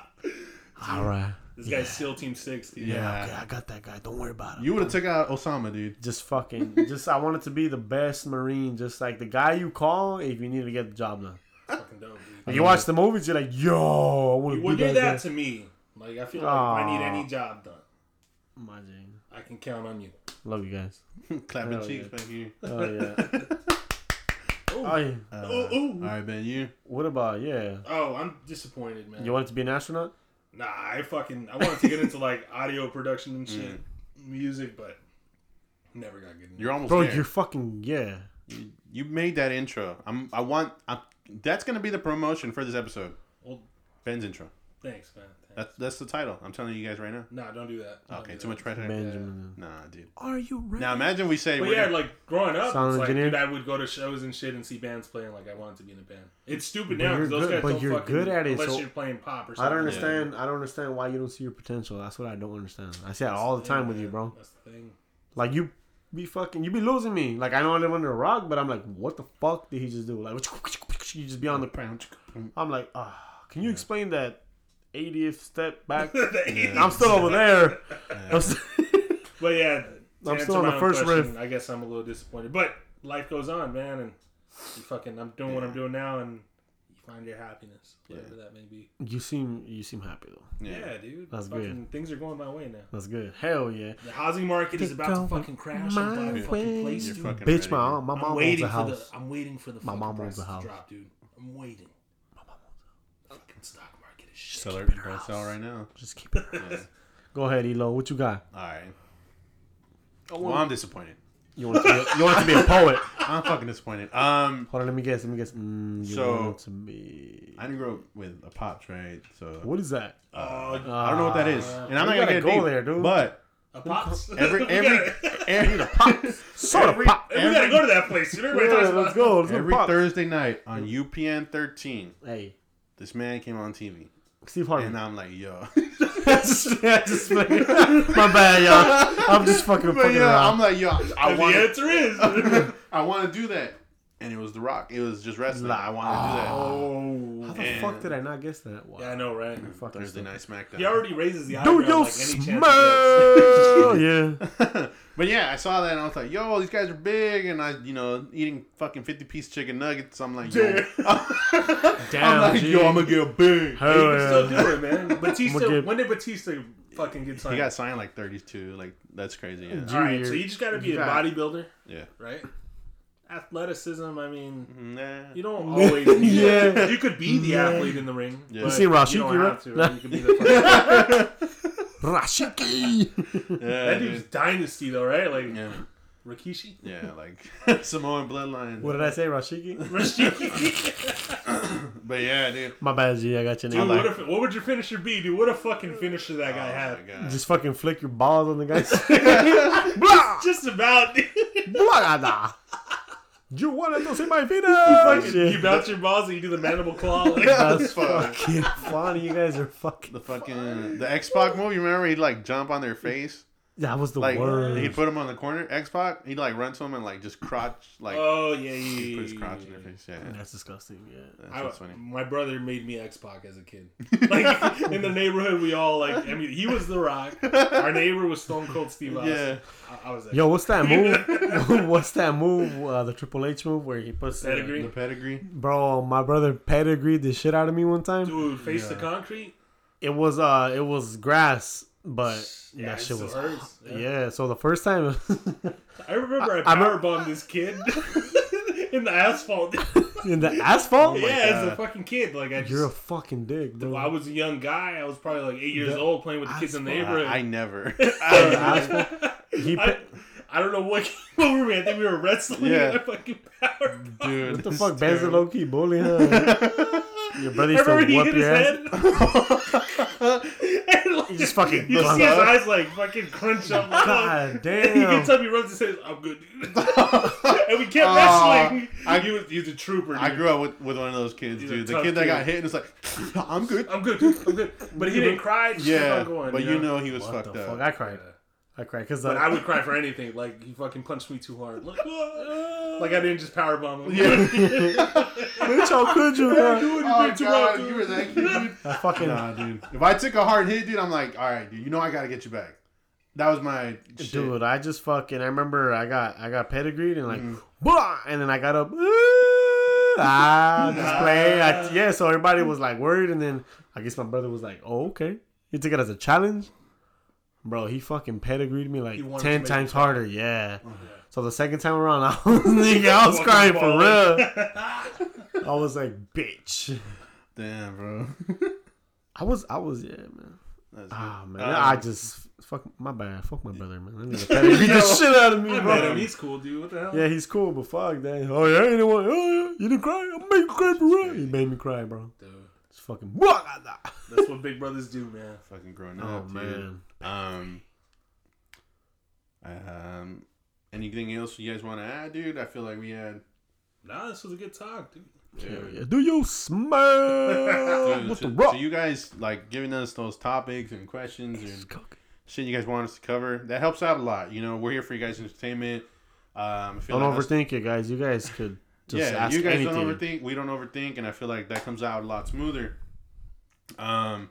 S5: all right.
S2: This guy's SEAL Team Six. Dude.
S1: Yeah.
S5: Okay, I got that guy. Don't worry about him.
S1: You would have took out Osama, dude.
S5: just fucking, just I wanted to be the best Marine. Just like the guy you call if you need to get the job done.
S2: fucking dope. Dude.
S5: Like, you watch the movies, you're like, yo, I want
S2: You
S5: to
S2: would
S5: be
S2: do
S5: that.
S2: that
S5: that.
S2: to me. Like I feel like if I need
S5: Aw.
S1: Ah.
S2: any job done,
S5: My G.
S2: I can count on you.
S5: Love you guys.
S1: Clapping
S5: Hell
S1: cheeks
S5: yeah.
S1: back here.
S5: Oh yeah. oh, yeah.
S1: Uh,
S2: Ooh, ooh.
S1: All right, Ben. You.
S5: What about yeah?
S2: Oh, I'm disappointed, man.
S5: You wanted to be an astronaut?
S2: Nah, I fucking I wanted to get into like audio production and shit, music, but never got good.
S1: Mm. You're almost
S5: Bro,
S1: there.
S5: you're fucking yeah.
S1: You- You made that intro. I'm. I want. I'm, that's gonna be the promotion for this episode.
S2: Well,
S1: Ben's intro.
S2: thanks, man. Thanks.
S1: That's that's the title. I'm telling you guys right now.
S2: Nah, don't do that. Don't
S1: Uh, Okay,
S2: do
S1: too
S2: that.
S1: much pressure.
S5: Benjamin.
S1: Nah, dude.
S5: Are you ready?
S1: Now imagine we say
S2: But
S1: we're
S2: yeah,
S1: gonna-
S2: like growing up,
S5: Sound
S2: it's like,
S5: engineer?
S2: dude, I would go to shows and shit and see bands playing. Like I wanted to be in a band. It's stupid
S5: But
S2: now
S5: you're
S2: because those
S5: good-
S2: guys
S5: but
S2: don't
S5: you're
S2: fucking
S5: good at it,
S2: unless
S5: so-
S2: you're playing pop or
S5: I
S2: something.
S5: don't understand. I don't understand why you don't see your potential. That's what I don't understand. I say that all the time with you, bro.
S2: That's the thing.
S5: Like you be fucking, you be losing me. Like I know I live under a rock, but I'm like, what the fuck did he just do? Like you just be on the. I'm like, ah, can you explain that 80th step back? I'm still over there. I'm still-
S2: But yeah, to
S5: I'm
S2: answer
S5: still on
S2: my
S5: the
S2: own
S5: first
S2: question, I guess I'm a little disappointed, but life goes on, man, and you fucking I'm doing what I'm doing now, and you find your happiness, whatever that may be.
S5: you seem you seem happy though.
S1: Yeah.
S2: Yeah, dude,
S5: That's
S2: fucking things are going my way now.
S5: That's good. Hell yeah.
S2: The housing market is
S5: Keep
S2: about to
S5: going
S2: fucking crash
S5: my
S2: and buy a
S5: way.
S2: fucking place,
S1: You're
S2: dude.
S1: fucking
S5: Bitch,
S1: ready,
S5: my
S1: dude.
S5: my
S2: I'm
S5: mom owns
S2: waiting
S5: a
S2: for
S5: house.
S2: the I'm waiting for the
S5: My
S2: fucking
S5: mom owns
S2: prices
S5: a house.
S2: to drop, dude. I'm waiting. Fucking stock market is shit.
S1: Sell it. Don't sell right now.
S5: Just keep it. Go ahead, Elo. What you got?
S1: All right. Well, I'm disappointed.
S5: You want to be, you want to be a poet?
S1: I'm fucking disappointed. Um,
S5: Hold on, let me guess. Let me guess. Mm, you
S1: So-
S5: want to be?
S1: I didn't grow up with a pops, right? So uh,
S5: What is that? Uh,
S2: Oh,
S1: I don't know what that is, and I'm not
S5: we
S1: gonna
S5: gotta
S1: get
S5: go
S1: deep,
S5: there, dude.
S1: But
S2: a pops.
S1: every
S2: We
S1: every
S2: gotta-
S1: every
S5: Soda pop.
S2: we gotta go to that place. dude. Everybody
S5: Yeah,
S2: talks about
S5: let's go. Let's
S1: every
S5: go pop.
S1: Thursday night on UPN 13,
S5: Hey,
S1: this man came on TV,
S5: Steve Harvey.
S1: and I'm like, yo,
S5: just, yeah, just like- my bad, y'all. I'm just fucking
S1: but
S5: fucking
S1: yeah, I'm
S5: around.
S1: like, yo, I
S2: And
S1: want
S2: the answer is.
S1: I want to do that. And it was The Rock. It was just wrestling. I want
S2: oh.
S5: How the
S1: And-
S5: fuck did I not guess that? Wow.
S2: Yeah, I know, right?
S1: to do that.
S5: fucking
S1: Thursday
S5: stupid.
S1: Night SmackDown.
S2: He already raises the eyebrow
S5: Do
S2: like
S5: you
S2: any chance
S5: smell? yeah.
S1: but yeah, I saw that and I was like, yo, these guys are big. And I, you know, eating fucking 50 piece chicken nuggets. I'm like,
S2: he
S1: yo.
S2: gets. Yeah,
S5: Damn,
S1: I'm like,
S5: G.
S1: yo, I'm going to get big.
S5: Hell
S2: he can still
S5: yeah.
S2: do it, man. Batista,
S5: good.
S2: when did Batista fucking get
S1: He
S2: signed?
S1: got signed like 32. Like, that's crazy. Yeah.
S5: G-
S2: All right, so you just gotta be a
S5: got-
S2: bodybuilder,
S1: Yeah.
S2: right? Athleticism, I mean,
S1: Nah.
S2: you don't always need
S5: Yeah.
S2: You could be the
S5: Yeah.
S2: athlete in the ring.
S1: Yeah.
S5: You
S1: You
S2: but
S5: seen Rashiki,
S2: You don't have
S5: right?
S2: to. right? You could be the fucking...
S5: Rashiki.
S1: yeah,
S2: That dude's
S1: dude.
S2: dynasty, though, right? Like,
S1: Yeah.
S2: Rikishi?
S1: Yeah, like Samoan bloodline.
S5: what did I say, Rashiki?
S2: Rashiki?
S1: But yeah, dude. oh
S5: My bad, G. I got your
S2: Dude,
S5: name.
S1: like-
S2: what, if, what would your finisher be, dude? What a fucking finisher that guy
S1: Oh
S2: had.
S1: my God.
S5: Just fucking flick your balls on the guy. blah,
S2: Just about. dude.
S5: blah, nah. You wanted to see my
S2: Fucking-
S5: penis?
S2: you
S5: Shit.
S2: bounce your balls and you do the mandible claw. Like,
S5: That's
S1: Fuck.
S5: fucking funny. You guys are fucking.
S1: The fucking the X Pac movie. Remember, he'd like jump on their face.
S5: That was the
S1: Like he'd
S5: worst.
S1: put him on the corner, X Pac. He'd like run to him and like just crotch, like
S2: oh yeah, yeah, yeah.
S1: he'd put his
S2: yeah,
S1: crotch in
S2: yeah.
S1: their face. Yeah, that's,
S5: That's disgusting. Yeah.
S2: I-
S1: that's funny.
S2: my brother made me X Pac as a kid. Like in the neighborhood, we all like. I mean, he was The Rock. Our neighbor was Stone Cold Steve Austin.
S1: Yeah,
S2: I, I was. X-
S5: Yo, what's that move? what's that move? Uh, the Triple H move where he puts the-
S2: Pedigree?
S1: the pedigree.
S5: bro, my brother pedigreed the shit out of me one time.
S2: dude, face to concrete.
S5: It was uh, it was grass, but
S2: Yeah,
S5: that
S2: it
S5: shit
S2: still
S5: was
S2: hurts,
S5: Yeah.
S2: yeah.
S5: So the first time,
S2: I remember I,
S5: I- I
S2: power bombed this kid in the asphalt.
S5: in the asphalt.
S2: yeah, as a
S5: Like, uh,
S2: fucking kid, like I just,
S5: Oh you're a fucking dick, bro.
S2: I was a young guy. I was probably like eight years
S5: The
S2: old playing with the kids in the
S1: I,
S2: neighborhood.
S1: I never.
S5: The asphalt. He
S2: I, I don't know what what were we? I think we were wrestling.
S1: Yeah.
S2: Yeah. Our fucking power.
S1: Dude,
S5: What the
S1: this
S5: fuck,
S1: is
S5: Ben's a
S1: terrible.
S5: low key bully, huh? Your brother used to
S2: Remember he
S5: whoop
S2: hit his
S5: your ass.
S2: head. and like,
S5: He just fucking
S2: You see
S5: gunned
S2: his
S5: up.
S2: eyes like fucking crunch up. like,
S5: God
S2: He gets
S5: damn.
S2: up, he runs and says, "I'm good." and we kept
S1: Aw,
S2: wrestling.
S1: I-
S2: he was, he's a trooper.
S1: I
S2: dude.
S1: grew up with, with one of those kids,
S2: He's a
S1: dude. The
S2: tough
S1: kid that
S2: kid.
S1: got hit and it's like, I'm good.
S2: I'm good. dude, I'm good. But he didn't cry. Just
S1: Yeah,
S2: kept on going,
S1: but you know he was
S5: What
S1: fucked
S5: the
S1: up.
S5: fuck? I cried. I cried uh, because
S2: But I would cry for anything. Like he fucking punched me too hard. Like, uh." like I didn't just powerbomb him.
S5: bitch, how could you? huh?
S1: Oh, God, you were that kid, dude.
S5: I fucking
S1: Nah, dude. If I took a hard hit, dude, I'm like, all right, dude. You know I gotta get you back. That was my shit.
S5: Dude, I just fucking. I remember I got I got pedigreed and like,
S2: Mm-hmm.
S5: blah, and then I got up. "Ooh, Ah, just play. I, yeah, so everybody was like worried, and then I guess my brother was like, "Oh, okay." He took it as a challenge, bro. He fucking pedigreed me
S2: He
S5: like
S2: wanted to
S5: ten
S2: make
S5: times
S2: it Oh,
S5: harder. Yeah. So the second time around, I was nigga, I was
S2: Fucking
S5: crying for
S2: bawling.
S5: real. I was like, bitch.
S1: Damn, bro.
S5: I was, I was, yeah, man.
S1: That's
S5: Ah, man,
S2: Uh,
S1: Um,
S5: I just fuck my bad. Fuck my brother, man. That nigga pedigreed the shit out of me,
S2: I
S5: bro.
S2: met him. He's cool, dude. What the hell?
S5: Yeah, he's cool, but fuck that. Oh yeah, you know what? Oh yeah, you didn't cry. I made you cry for real. He made me cry, bro.
S2: Dude,
S5: It's fucking.
S2: that's what big brothers do, man.
S1: fucking growing
S5: Oh
S1: up, dude.
S5: man,
S1: Um, um, anything else you guys want to add, dude? I feel like we had.
S2: Nah, this was a good talk, dude.
S5: Hell yeah. do you smell
S1: Dude,
S5: Uh, what the
S1: so,
S5: rock?
S1: so you guys like giving us those topics and questions
S5: is
S1: and
S5: cooking?
S1: shit you guys want us to cover. That helps out a lot. You know, we're here for you guys' entertainment. Um, I feel
S5: Don't
S1: like that's-
S5: overthink it, guys. You guys could just
S1: yeah,
S5: ask
S1: you guys
S5: anything.
S1: don't overthink. We don't overthink, and I feel like that comes out a lot smoother. Um,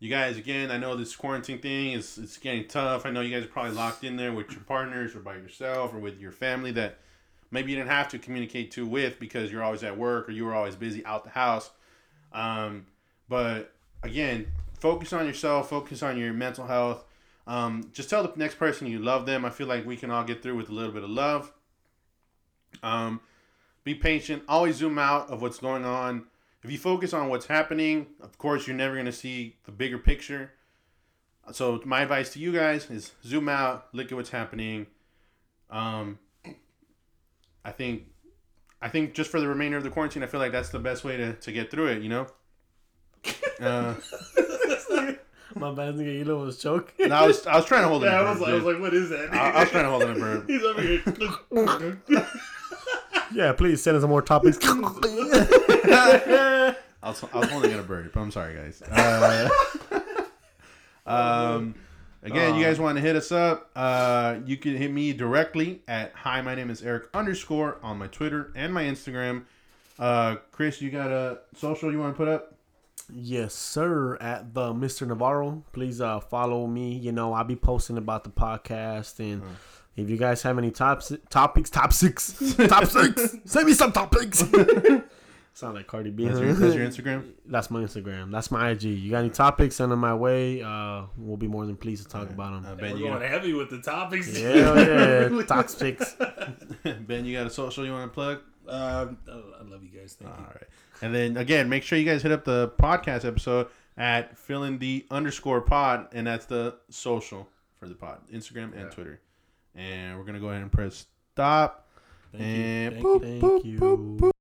S1: you guys, again, I know this quarantine thing is it's getting tough. I know you guys are probably locked in there with your partners or by yourself or with your family that maybe you didn't have to communicate to with because you're always at work or you were always busy out the house. Um, but again, focus on yourself. Focus on your mental health. Um, just tell the next person you love them. I feel like we can all get through with a little bit of love. Um, be patient. Always zoom out of what's going on. If you focus on what's happening, of course, you're never going to see the bigger picture. So, my advice to you guys is zoom out, look at what's happening. Um, I think, I think just for the remainder of the quarantine, I feel like that's the best way to, to get through it. You know. Uh,
S5: My bad, nigga. Elon was choking.
S1: and I was I was trying to hold it.
S2: Yeah,
S1: in,
S2: I was, like, I was like, what is that?
S1: I, I was trying to hold it in, bro.
S2: He's over here.
S5: yeah, please send us some more topics.
S1: I was, I was holding in a bird, but I'm sorry, guys. Uh, um, again, you guys want to hit us up? Uh, you can hit me directly at hi. My name is Eric underscore on my Twitter and my Instagram. Uh, Chris, you got a social you want to put up?
S5: Yes, sir. At the Mr. Navarro, please uh, follow me. You know, I'll be posting about the podcast, and
S1: Mm-hmm.
S5: if you guys have any top si- topics, top six, top six, send me some topics. Sound like Cardi B.
S1: That's
S5: huh?
S1: your, that's your Instagram.
S5: That's my Instagram. That's my IG. You got any topics? Send them my way. Uh, we'll be more than pleased to talk about
S1: Uh,
S5: them.
S1: ben,
S2: We're
S1: you
S2: going
S1: got,
S2: heavy with the topics.
S5: Yeah, yeah, topics.
S1: ben, you got a social you want to plug?
S2: Um, oh, I love you guys. Thank
S1: All
S2: you.
S1: right. And then again, make sure you guys hit up the podcast episode at filling the underscore pod, and that's the social for the pod, Instagram and Twitter. And we're gonna go ahead and press stop.
S2: Thank you.
S1: and
S2: Thank
S1: boop,
S5: Thank
S1: Eh, boop,
S5: you.
S1: boop, boop.